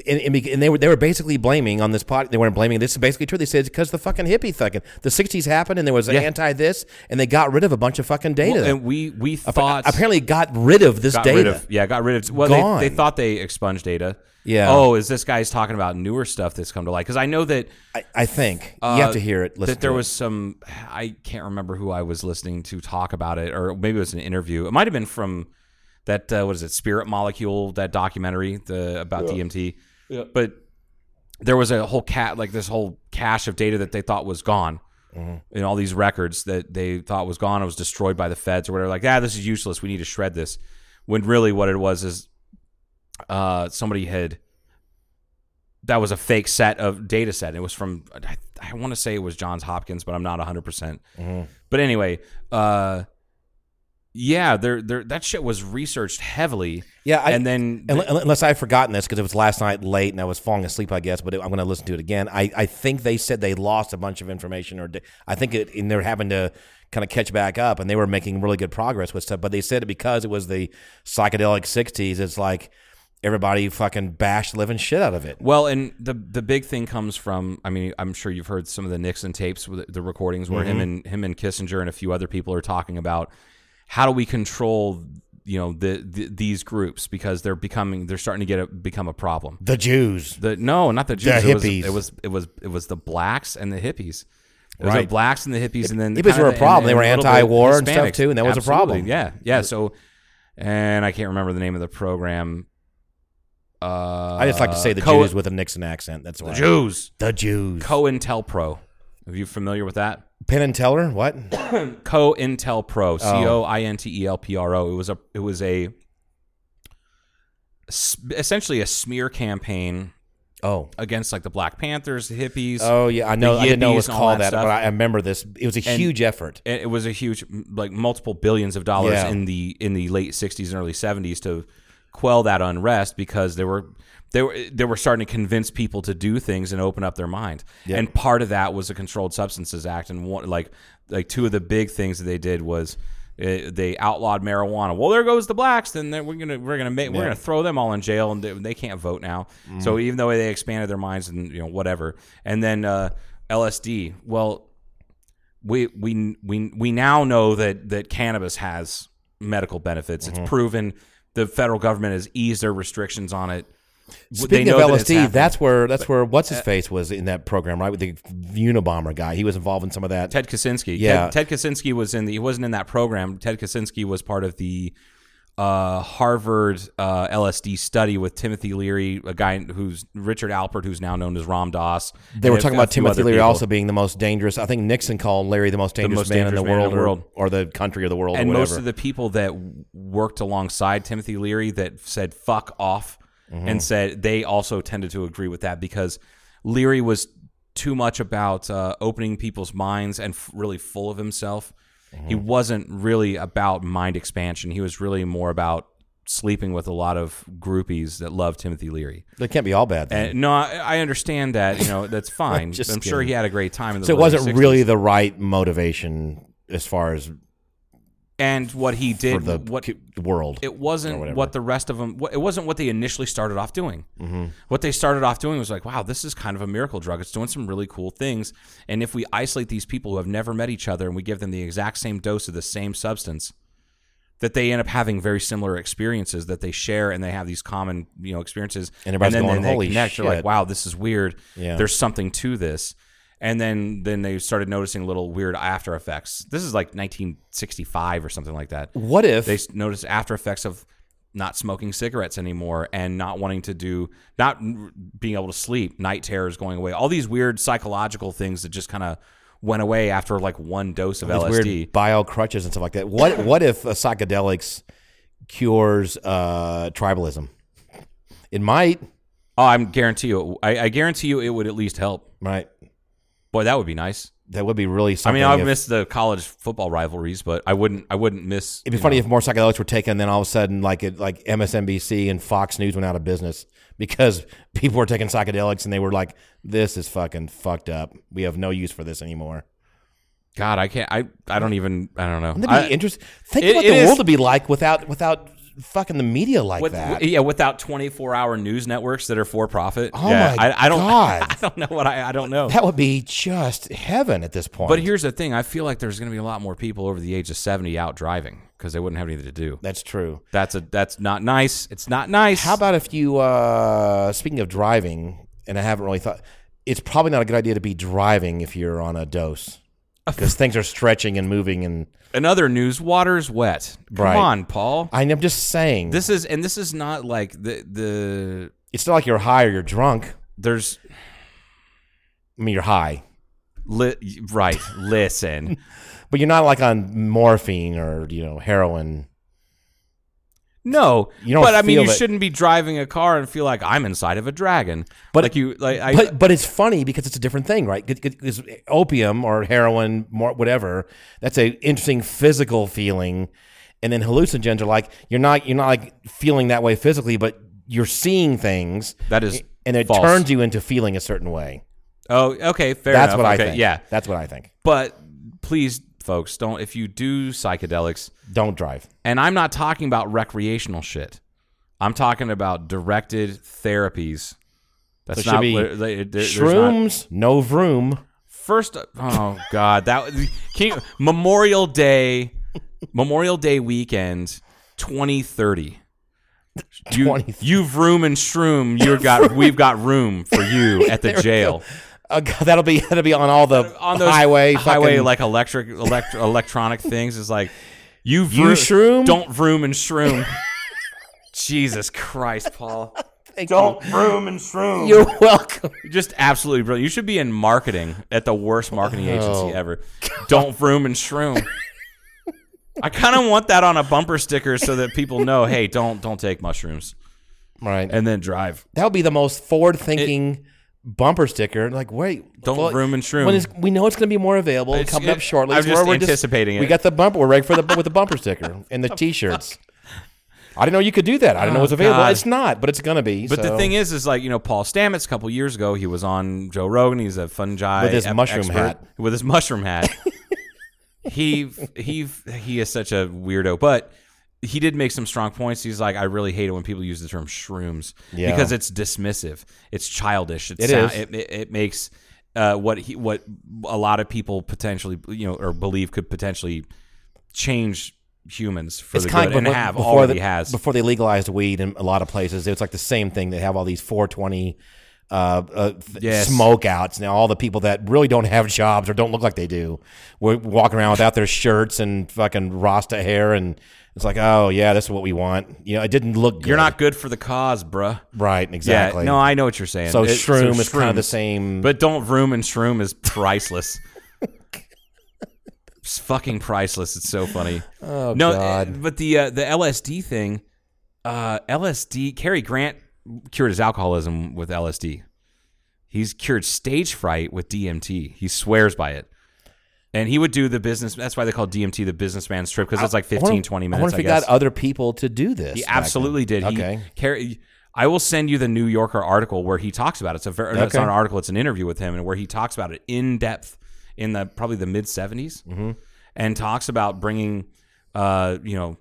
Speaker 4: And, and be- and they were they were basically blaming on this pod. They weren't blaming. This is basically true. They said because the fucking hippie fucking the '60s happened and there was an anti this and they got rid of a bunch of fucking data.
Speaker 5: Well, and we we
Speaker 4: Appa-
Speaker 5: thought
Speaker 4: apparently got rid of this
Speaker 5: got
Speaker 4: data.
Speaker 5: rid of yeah got rid of well
Speaker 4: Gone.
Speaker 5: they, they thought they expunged data.
Speaker 4: Yeah.
Speaker 5: Oh, is this guy's talking about newer stuff that's come to light? Because I know that
Speaker 4: I, I think you have to hear it. Listen
Speaker 5: Uh, that there
Speaker 4: to it.
Speaker 5: was some I can't remember who I was listening to talk about it, or maybe it was an interview. It might have been from that uh, what is it, Spirit Molecule, that documentary the about DMT. But there was a whole cat like this whole cache of data that they thought was gone.
Speaker 4: Mm-hmm.
Speaker 5: And all these records that they thought was gone, it was destroyed by the feds or whatever. Like, ah, this is useless. We need to shred this. When really, what it was is uh, somebody had that was a fake set of data set. It was from I, I want to say it was Johns Hopkins, but I'm not 100. percent But anyway, uh, yeah, there, there, that shit was researched heavily.
Speaker 4: Yeah, I-
Speaker 5: and then
Speaker 4: Unle- Unless I've forgotten this because it was last night late and I was falling asleep, I guess. But I'm going to listen to it again. I, I think they said they lost a bunch of information, or di- I think it, and they're having to kind of catch back up. And they were making really good progress with stuff, but they said it because it was the psychedelic '60s. It's like everybody fucking bashed the living shit out of it.
Speaker 5: Well, and the the big thing comes from. I mean, I'm sure you've heard some of the Nixon tapes, with the recordings where him and him and Kissinger and a few other people are talking about how do we control, you know, the, the these groups because they're becoming they're starting to get a, become a problem.
Speaker 4: The Jews.
Speaker 5: The no, not the
Speaker 4: The
Speaker 5: Jews. it, was,
Speaker 4: hippies.
Speaker 5: it was it was it was the blacks and the hippies. It was the
Speaker 4: Right.
Speaker 5: blacks and the hippies, and then
Speaker 4: hippies
Speaker 5: kind
Speaker 4: were a
Speaker 5: the-
Speaker 4: problem. They were
Speaker 5: a little bit
Speaker 4: anti-war and stuff,
Speaker 5: Hispanics.
Speaker 4: too, and that was a
Speaker 5: Absolutely.
Speaker 4: problem.
Speaker 5: Yeah, yeah. So, and I can't remember the name of the program. Uh,
Speaker 4: I just like to say the
Speaker 5: Co-
Speaker 4: Jews with a Nixon accent. That's why.
Speaker 5: the Jews.
Speaker 4: The Jews.
Speaker 5: COINTELPRO. Are you familiar with that?
Speaker 4: Penn and Teller. What? Oh.
Speaker 5: COINTELPRO. C O I N T E L P R O. It was a it was a s- essentially a smear campaign
Speaker 4: Oh.
Speaker 5: against like the Black Panthers, the hippies.
Speaker 4: Oh yeah, I know.
Speaker 5: the
Speaker 4: I didn't know
Speaker 5: Yippies
Speaker 4: it was
Speaker 5: and all
Speaker 4: called that,
Speaker 5: that stuff.
Speaker 4: but I I remember this. It was a huge effort.
Speaker 5: And it was a huge m- like multiple billions of dollars
Speaker 4: Yeah.
Speaker 5: in the in the late 60s and early 70s to quell that unrest because they were they were they were starting to convince people to do things and open up their mind and part of that was the controlled substances act and one like like two of the big things that they did was uh, they outlawed marijuana. Well, there goes the blacks. Then they're- we're gonna we're gonna make we're gonna throw them all in jail, and they, they can't vote now. So even though they expanded their minds and you know whatever, and then uh, LSD. Well, we we we we now know that that cannabis
Speaker 4: Mm-hmm.
Speaker 5: has medical benefits. It's proven. The federal government has eased their restrictions on it. they
Speaker 4: Speaking
Speaker 5: know
Speaker 4: of
Speaker 5: that it's
Speaker 4: LSD,
Speaker 5: happening. uh,
Speaker 4: that's where that's where what's his face was in that program, right? With the Unabomber guy, he was involved in some of that.
Speaker 5: Ted Kaczynski.
Speaker 4: Yeah.
Speaker 5: Ted, Ted Kaczynski was in the. He wasn't in that program. Ted Kaczynski was part of the uh, Harvard uh, LSD study with Timothy Leary, a guy who's Richard Alpert, who's now known as Ram Dass.
Speaker 4: they were talking about Timothy Leary also
Speaker 5: also
Speaker 4: being the most dangerous. I think Nixon called Larry the most dangerous,
Speaker 5: most
Speaker 4: man, in
Speaker 5: dangerous
Speaker 4: the
Speaker 5: man in
Speaker 4: world,
Speaker 5: the
Speaker 4: or-
Speaker 5: world.
Speaker 4: Or, the country or the world,
Speaker 5: and
Speaker 4: or whatever.
Speaker 5: most of the people that w- worked alongside Timothy Leary that said "fuck off"
Speaker 4: Mm-hmm.
Speaker 5: and said they also tended to agree with that because Leary was too much about uh, opening people's minds and f- really full of himself.
Speaker 4: Mm-hmm.
Speaker 5: He wasn't really about mind expansion. He was really more about sleeping with a lot of groupies that loved Timothy Leary.
Speaker 4: they can't be all bad. Then.
Speaker 5: And no, I, I understand that. You know, that's fine.
Speaker 4: Mm-hmm. Just
Speaker 5: I'm sure
Speaker 4: kidding.
Speaker 5: he had a great time. In the
Speaker 4: so it
Speaker 5: early
Speaker 4: wasn't
Speaker 5: 60s.
Speaker 4: really the right motivation as far as
Speaker 5: And what he
Speaker 4: for
Speaker 5: did,
Speaker 4: the
Speaker 5: what
Speaker 4: cu- world.
Speaker 5: it
Speaker 4: or
Speaker 5: wasn't
Speaker 4: whatever. Mm-hmm.
Speaker 5: what the rest of them it wasn't what they initially started off doing what they started off doing was like wow this is kind of a miracle drug it's doing some really cool things and if we isolate these people who have never met each other and we give them the exact same dose of the same substance that they end up having very similar experiences that they share and they have these common you know experiences
Speaker 4: And everybody's
Speaker 5: then,
Speaker 4: going,
Speaker 5: then they
Speaker 4: "Holy
Speaker 5: connect they're
Speaker 4: shit."
Speaker 5: like wow this is weird
Speaker 4: Yeah.
Speaker 5: there's something to this and then then they started noticing little weird after effects this is like 1965 or something like that
Speaker 4: what if
Speaker 5: they s- noticed after effects of not smoking cigarettes anymore and not wanting to do not n- being able to sleep night terrors going away all these weird psychological things that just kind of went away after like one dose of
Speaker 4: these
Speaker 5: lsd
Speaker 4: weird bio crutches and stuff like that? What what if uh, psychedelics cures uh, tribalism? It might,
Speaker 5: oh i'm guarantee you I, I guarantee you it would at least help
Speaker 4: right?
Speaker 5: boy that would be nice
Speaker 4: That would be really
Speaker 5: i
Speaker 4: something.
Speaker 5: mean i would
Speaker 4: if-
Speaker 5: miss the college football rivalries but i wouldn't i wouldn't miss
Speaker 4: It'd be funny if more psychedelics were taken, then all of a sudden, like it, like MSNBC and Fox News went out of business because people were taking psychedelics and they were like, "This is fucking fucked up. We have no use for this anymore."
Speaker 5: god i can't i i don't even i don't know
Speaker 4: That'd be
Speaker 5: I-
Speaker 4: interesting. Think
Speaker 5: it-
Speaker 4: about what
Speaker 5: it
Speaker 4: the
Speaker 5: is-
Speaker 4: world would be like without without fucking the media like
Speaker 5: With-
Speaker 4: that.
Speaker 5: yeah, without twenty-four hour news networks that are for profit.
Speaker 4: Oh
Speaker 5: yeah,
Speaker 4: my
Speaker 5: I, I don't.
Speaker 4: God.
Speaker 5: I don't know what I. I don't know.
Speaker 4: that would be just heaven at this point.
Speaker 5: But here's the thing: I feel like there's going to be a lot more people over the age of seventy out driving because they wouldn't have anything to do.
Speaker 4: that's true.
Speaker 5: That's a that's not nice. It's not nice.
Speaker 4: How about if you, uh, speaking of driving, and I haven't really thought, it's probably not a good idea to be driving if you're on a dose because things are stretching and moving. And
Speaker 5: in other news? Water's wet. Come
Speaker 4: Right.
Speaker 5: on, Paul.
Speaker 4: I, am just saying,
Speaker 5: this is and this is not like the the
Speaker 4: it's not like you're high or you're drunk.
Speaker 5: there's
Speaker 4: I mean, you're high,
Speaker 5: li, right. Listen,
Speaker 4: but you're not like on morphine or, you know, heroin.
Speaker 5: no,
Speaker 4: You don't
Speaker 5: but I mean,
Speaker 4: feel
Speaker 5: you
Speaker 4: that-
Speaker 5: shouldn't be driving a car and feel like I'm inside of a dragon.
Speaker 4: But-
Speaker 5: like you, like I,
Speaker 4: but but it's funny because it's a different thing, right? Because opium or heroin, more whatever, that's a interesting physical feeling, and then hallucinogens are like you're not you're not like feeling that way physically, but you're seeing things
Speaker 5: that is
Speaker 4: and it
Speaker 5: false.
Speaker 4: turns you into feeling a certain way.
Speaker 5: Oh, okay, fair
Speaker 4: That's
Speaker 5: enough.
Speaker 4: what
Speaker 5: okay,
Speaker 4: I think.
Speaker 5: Yeah,
Speaker 4: that's what I think.
Speaker 5: but please, folks, don't if you do psychedelics.
Speaker 4: Don't drive.
Speaker 5: And I'm not talking about recreational shit. I'm talking about directed therapies.
Speaker 4: So it
Speaker 5: That's
Speaker 4: should
Speaker 5: not
Speaker 4: be
Speaker 5: where- they- there- there's not-
Speaker 4: Shrooms, no vroom.
Speaker 5: first, oh god, that can you, Memorial Day, Memorial Day weekend, 2030. You,
Speaker 4: 2030.
Speaker 5: you've room and shroom. You got we've got room for you at the jail
Speaker 4: Uh, God, that'll be that'll be on all the
Speaker 5: on those
Speaker 4: highway
Speaker 5: highway
Speaker 4: fucking-
Speaker 5: like electric elect, electronic things is like you
Speaker 4: You
Speaker 5: vroom,
Speaker 4: shroom?
Speaker 5: don't vroom and shroom. Jesus Christ, Paul.
Speaker 4: don't vroom and shroom. You're welcome.
Speaker 5: Just absolutely brilliant. You should be in marketing at the worst marketing agency ever. Don't vroom and shroom. I kind of want that on a bumper sticker so that people know, hey, don't don't take mushrooms
Speaker 4: Right.
Speaker 5: and then drive.
Speaker 4: That would be the most forward thinking bumper sticker. Like, wait,
Speaker 5: Don't room and shroom.
Speaker 4: When is, we know it's going to be more available
Speaker 5: It's-
Speaker 4: coming
Speaker 5: it-
Speaker 4: up shortly.
Speaker 5: I'm
Speaker 4: It's where
Speaker 5: just
Speaker 4: we're
Speaker 5: anticipating
Speaker 4: We
Speaker 5: it.
Speaker 4: got the bumper. We're ready for the with the bumper sticker and the t-shirts. I didn't know you could do that. I didn't know it was
Speaker 5: Oh,
Speaker 4: available.
Speaker 5: God.
Speaker 4: It's not, but it's going to be.
Speaker 5: But the thing is, is like you know, Paul Stamets a couple years ago, he was on Joe Rogan. He's a fungi
Speaker 4: With his
Speaker 5: ep-
Speaker 4: mushroom
Speaker 5: expert.
Speaker 4: hat.
Speaker 5: With his mushroom hat, he he he is such a weirdo. But he did make some strong points. He's like, I really hate it when people use the term shrooms
Speaker 4: Yeah.
Speaker 5: because it's dismissive. It's childish. It's
Speaker 4: It
Speaker 5: it,
Speaker 4: is.
Speaker 5: It, it, it makes uh, what he what a lot of people potentially you know or believe could potentially change humans for the
Speaker 4: kinda
Speaker 5: good
Speaker 4: like
Speaker 5: and
Speaker 4: befo-
Speaker 5: have already
Speaker 4: the-
Speaker 5: has.
Speaker 4: before they legalized weed in a lot of places. It's like the same thing. They have all these 420 uh, uh, th-
Speaker 5: Yes.
Speaker 4: smokeouts now. All the people that really don't have jobs or don't look like they do, were walking around without their shirts and fucking Rasta hair, and it's like, oh yeah, this is what we want. You know, it didn't look. Good.
Speaker 5: You're not good for the cause, bruh.
Speaker 4: right. Exactly.
Speaker 5: Yeah, no, I know what you're saying.
Speaker 4: So
Speaker 5: It-
Speaker 4: shroom is kind of
Speaker 5: shrooms.
Speaker 4: the same.
Speaker 5: But don't vroom and shroom is priceless. it's fucking priceless. It's so funny. Oh no,
Speaker 4: God.
Speaker 5: uh, But the uh, the LSD thing, uh, LSD. Cary Grant cured his alcoholism with LSD. He's cured stage fright with DMT. He swears by it. And he would do the business. That's why they call DMT the businessman's trip because it's like 15,
Speaker 4: I wonder-
Speaker 5: 20
Speaker 4: I
Speaker 5: minutes.
Speaker 4: wonder if he
Speaker 5: guess.
Speaker 4: got other people to do this.
Speaker 5: He
Speaker 4: back then.
Speaker 5: absolutely did. He-
Speaker 4: Okay.
Speaker 5: Carrie- I will send you the New Yorker article where he talks about it. It's a very, it's
Speaker 4: Okay.
Speaker 5: not an article; it's an interview with him, and where he talks about it in depth in the probably the mid 70s
Speaker 4: Mm-hmm.
Speaker 5: and talks about bringing, uh, you know,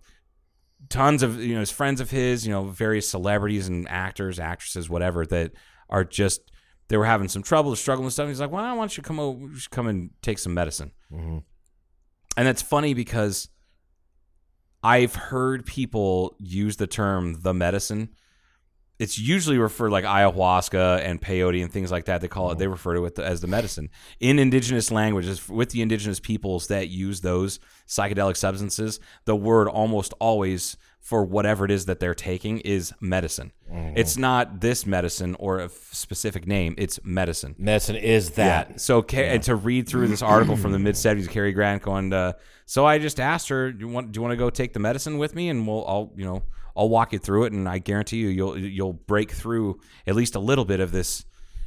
Speaker 5: tons of you know his friends of his, you know, various celebrities and actors, actresses, whatever that are just they were having some trouble, struggling with stuff. He's like, "Well, why don't you come over, you should come and take some medicine?"
Speaker 4: Mm-hmm.
Speaker 5: And that's funny because I've heard people use the term "the medicine." It's usually referred like ayahuasca and peyote and things like that. They call it. They refer to it as the medicine in indigenous languages with the indigenous peoples that use those psychedelic substances. The word almost always for whatever it is that they're taking is medicine. It's not this medicine or a f- specific name. It's medicine.
Speaker 4: Medicine is that.
Speaker 5: Yeah. So Ca- and to read through this article from the mid '70s, Cary Grant going. Uh, so I just asked her, "Do you want? Do you want to go take the medicine with me? And we'll, I'll, you know, I'll walk you through it, and I guarantee you, you'll, you'll break through at least a little bit of this,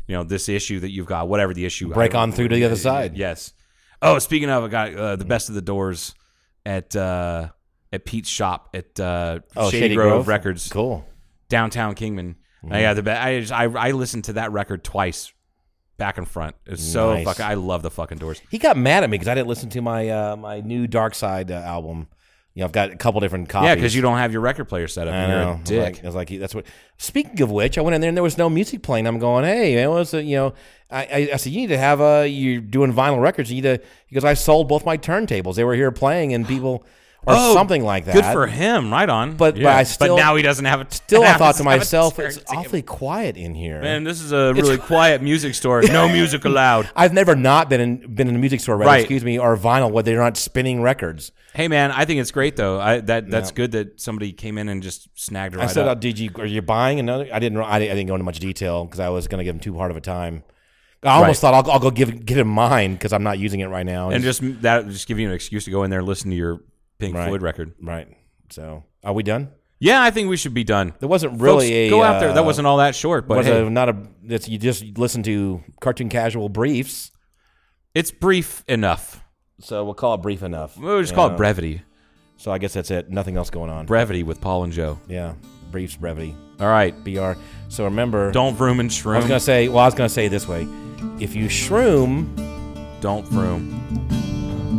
Speaker 5: you know, this issue that you've got, whatever the issue.
Speaker 4: Break
Speaker 5: I-
Speaker 4: on through to the other side.
Speaker 5: Yes. Oh, speaking of, I got uh, the best of the doors at uh, at Pete's shop at uh,
Speaker 4: Oh,
Speaker 5: Shady, Grove, Records
Speaker 4: Cool.
Speaker 5: downtown Kingman.
Speaker 4: Mm-hmm.
Speaker 5: And I got the best. I, just, I I listened to that record twice, back and front. It's so
Speaker 4: Nice.
Speaker 5: fucking. I love the fucking Doors.
Speaker 4: He got mad at me because I didn't listen to my uh, my new Dark Side uh, album. You know, I've got a couple different copies.
Speaker 5: Yeah, because you don't have your record player set up.
Speaker 4: I
Speaker 5: and you're
Speaker 4: know.
Speaker 5: a
Speaker 4: I was
Speaker 5: dick.
Speaker 4: like- I was like, that's what. Speaking of which, I went in there and there was no music playing. I'm going, hey, it was a, you know, I, I, I said you need to have a you're doing vinyl records. You need to because I sold both my turntables. They were here playing and people or
Speaker 5: Oh,
Speaker 4: something like that.
Speaker 5: Good for him. Right on.
Speaker 4: But- but I still-
Speaker 5: now he doesn't have a.
Speaker 4: Still, I
Speaker 5: now
Speaker 4: thought to
Speaker 5: he doesn't have a
Speaker 4: myself, it's
Speaker 5: turntable.
Speaker 4: awfully quiet in here.
Speaker 5: Man, this is a really quiet music store. No music allowed.
Speaker 4: I've never not been in been in a music store, rather,
Speaker 5: Right.
Speaker 4: excuse me, or vinyl where they're not spinning records.
Speaker 5: Hey, man, I think it's great though. I, that that's good that somebody came in and just snagged it right
Speaker 4: I said,
Speaker 5: up.
Speaker 4: uh, "Did you are you buying another?" I didn't. I, di- I didn't go into much detail because I was going to give him too hard of a time. I almost thought I'll, I'll go give get him mine because I'm not using it right now.
Speaker 5: and just that just give you an excuse to go in there and listen to your Pink
Speaker 4: Right.
Speaker 5: Floyd record.
Speaker 4: right. So are we done?
Speaker 5: Yeah, I think we should be done.
Speaker 4: There wasn't really
Speaker 5: Folks,
Speaker 4: a
Speaker 5: go out there.
Speaker 4: uh,
Speaker 5: That wasn't all that short, but
Speaker 4: was
Speaker 5: hey,
Speaker 4: a, not a. That's you just listen to cartoon casual briefs.
Speaker 5: it's brief enough.
Speaker 4: So we'll call it brief enough.
Speaker 5: We'll just
Speaker 4: you
Speaker 5: call it
Speaker 4: know?
Speaker 5: brevity.
Speaker 4: So I guess that's it. Nothing else going on.
Speaker 5: Brevity with Paul and Joe.
Speaker 4: yeah, briefs brevity.
Speaker 5: All right.
Speaker 4: Br. So remember,
Speaker 5: Don't vroom and
Speaker 4: I was
Speaker 5: shroom.
Speaker 4: gonna say. Well, I was gonna say it this way. If you shroom.
Speaker 5: Don't vroom.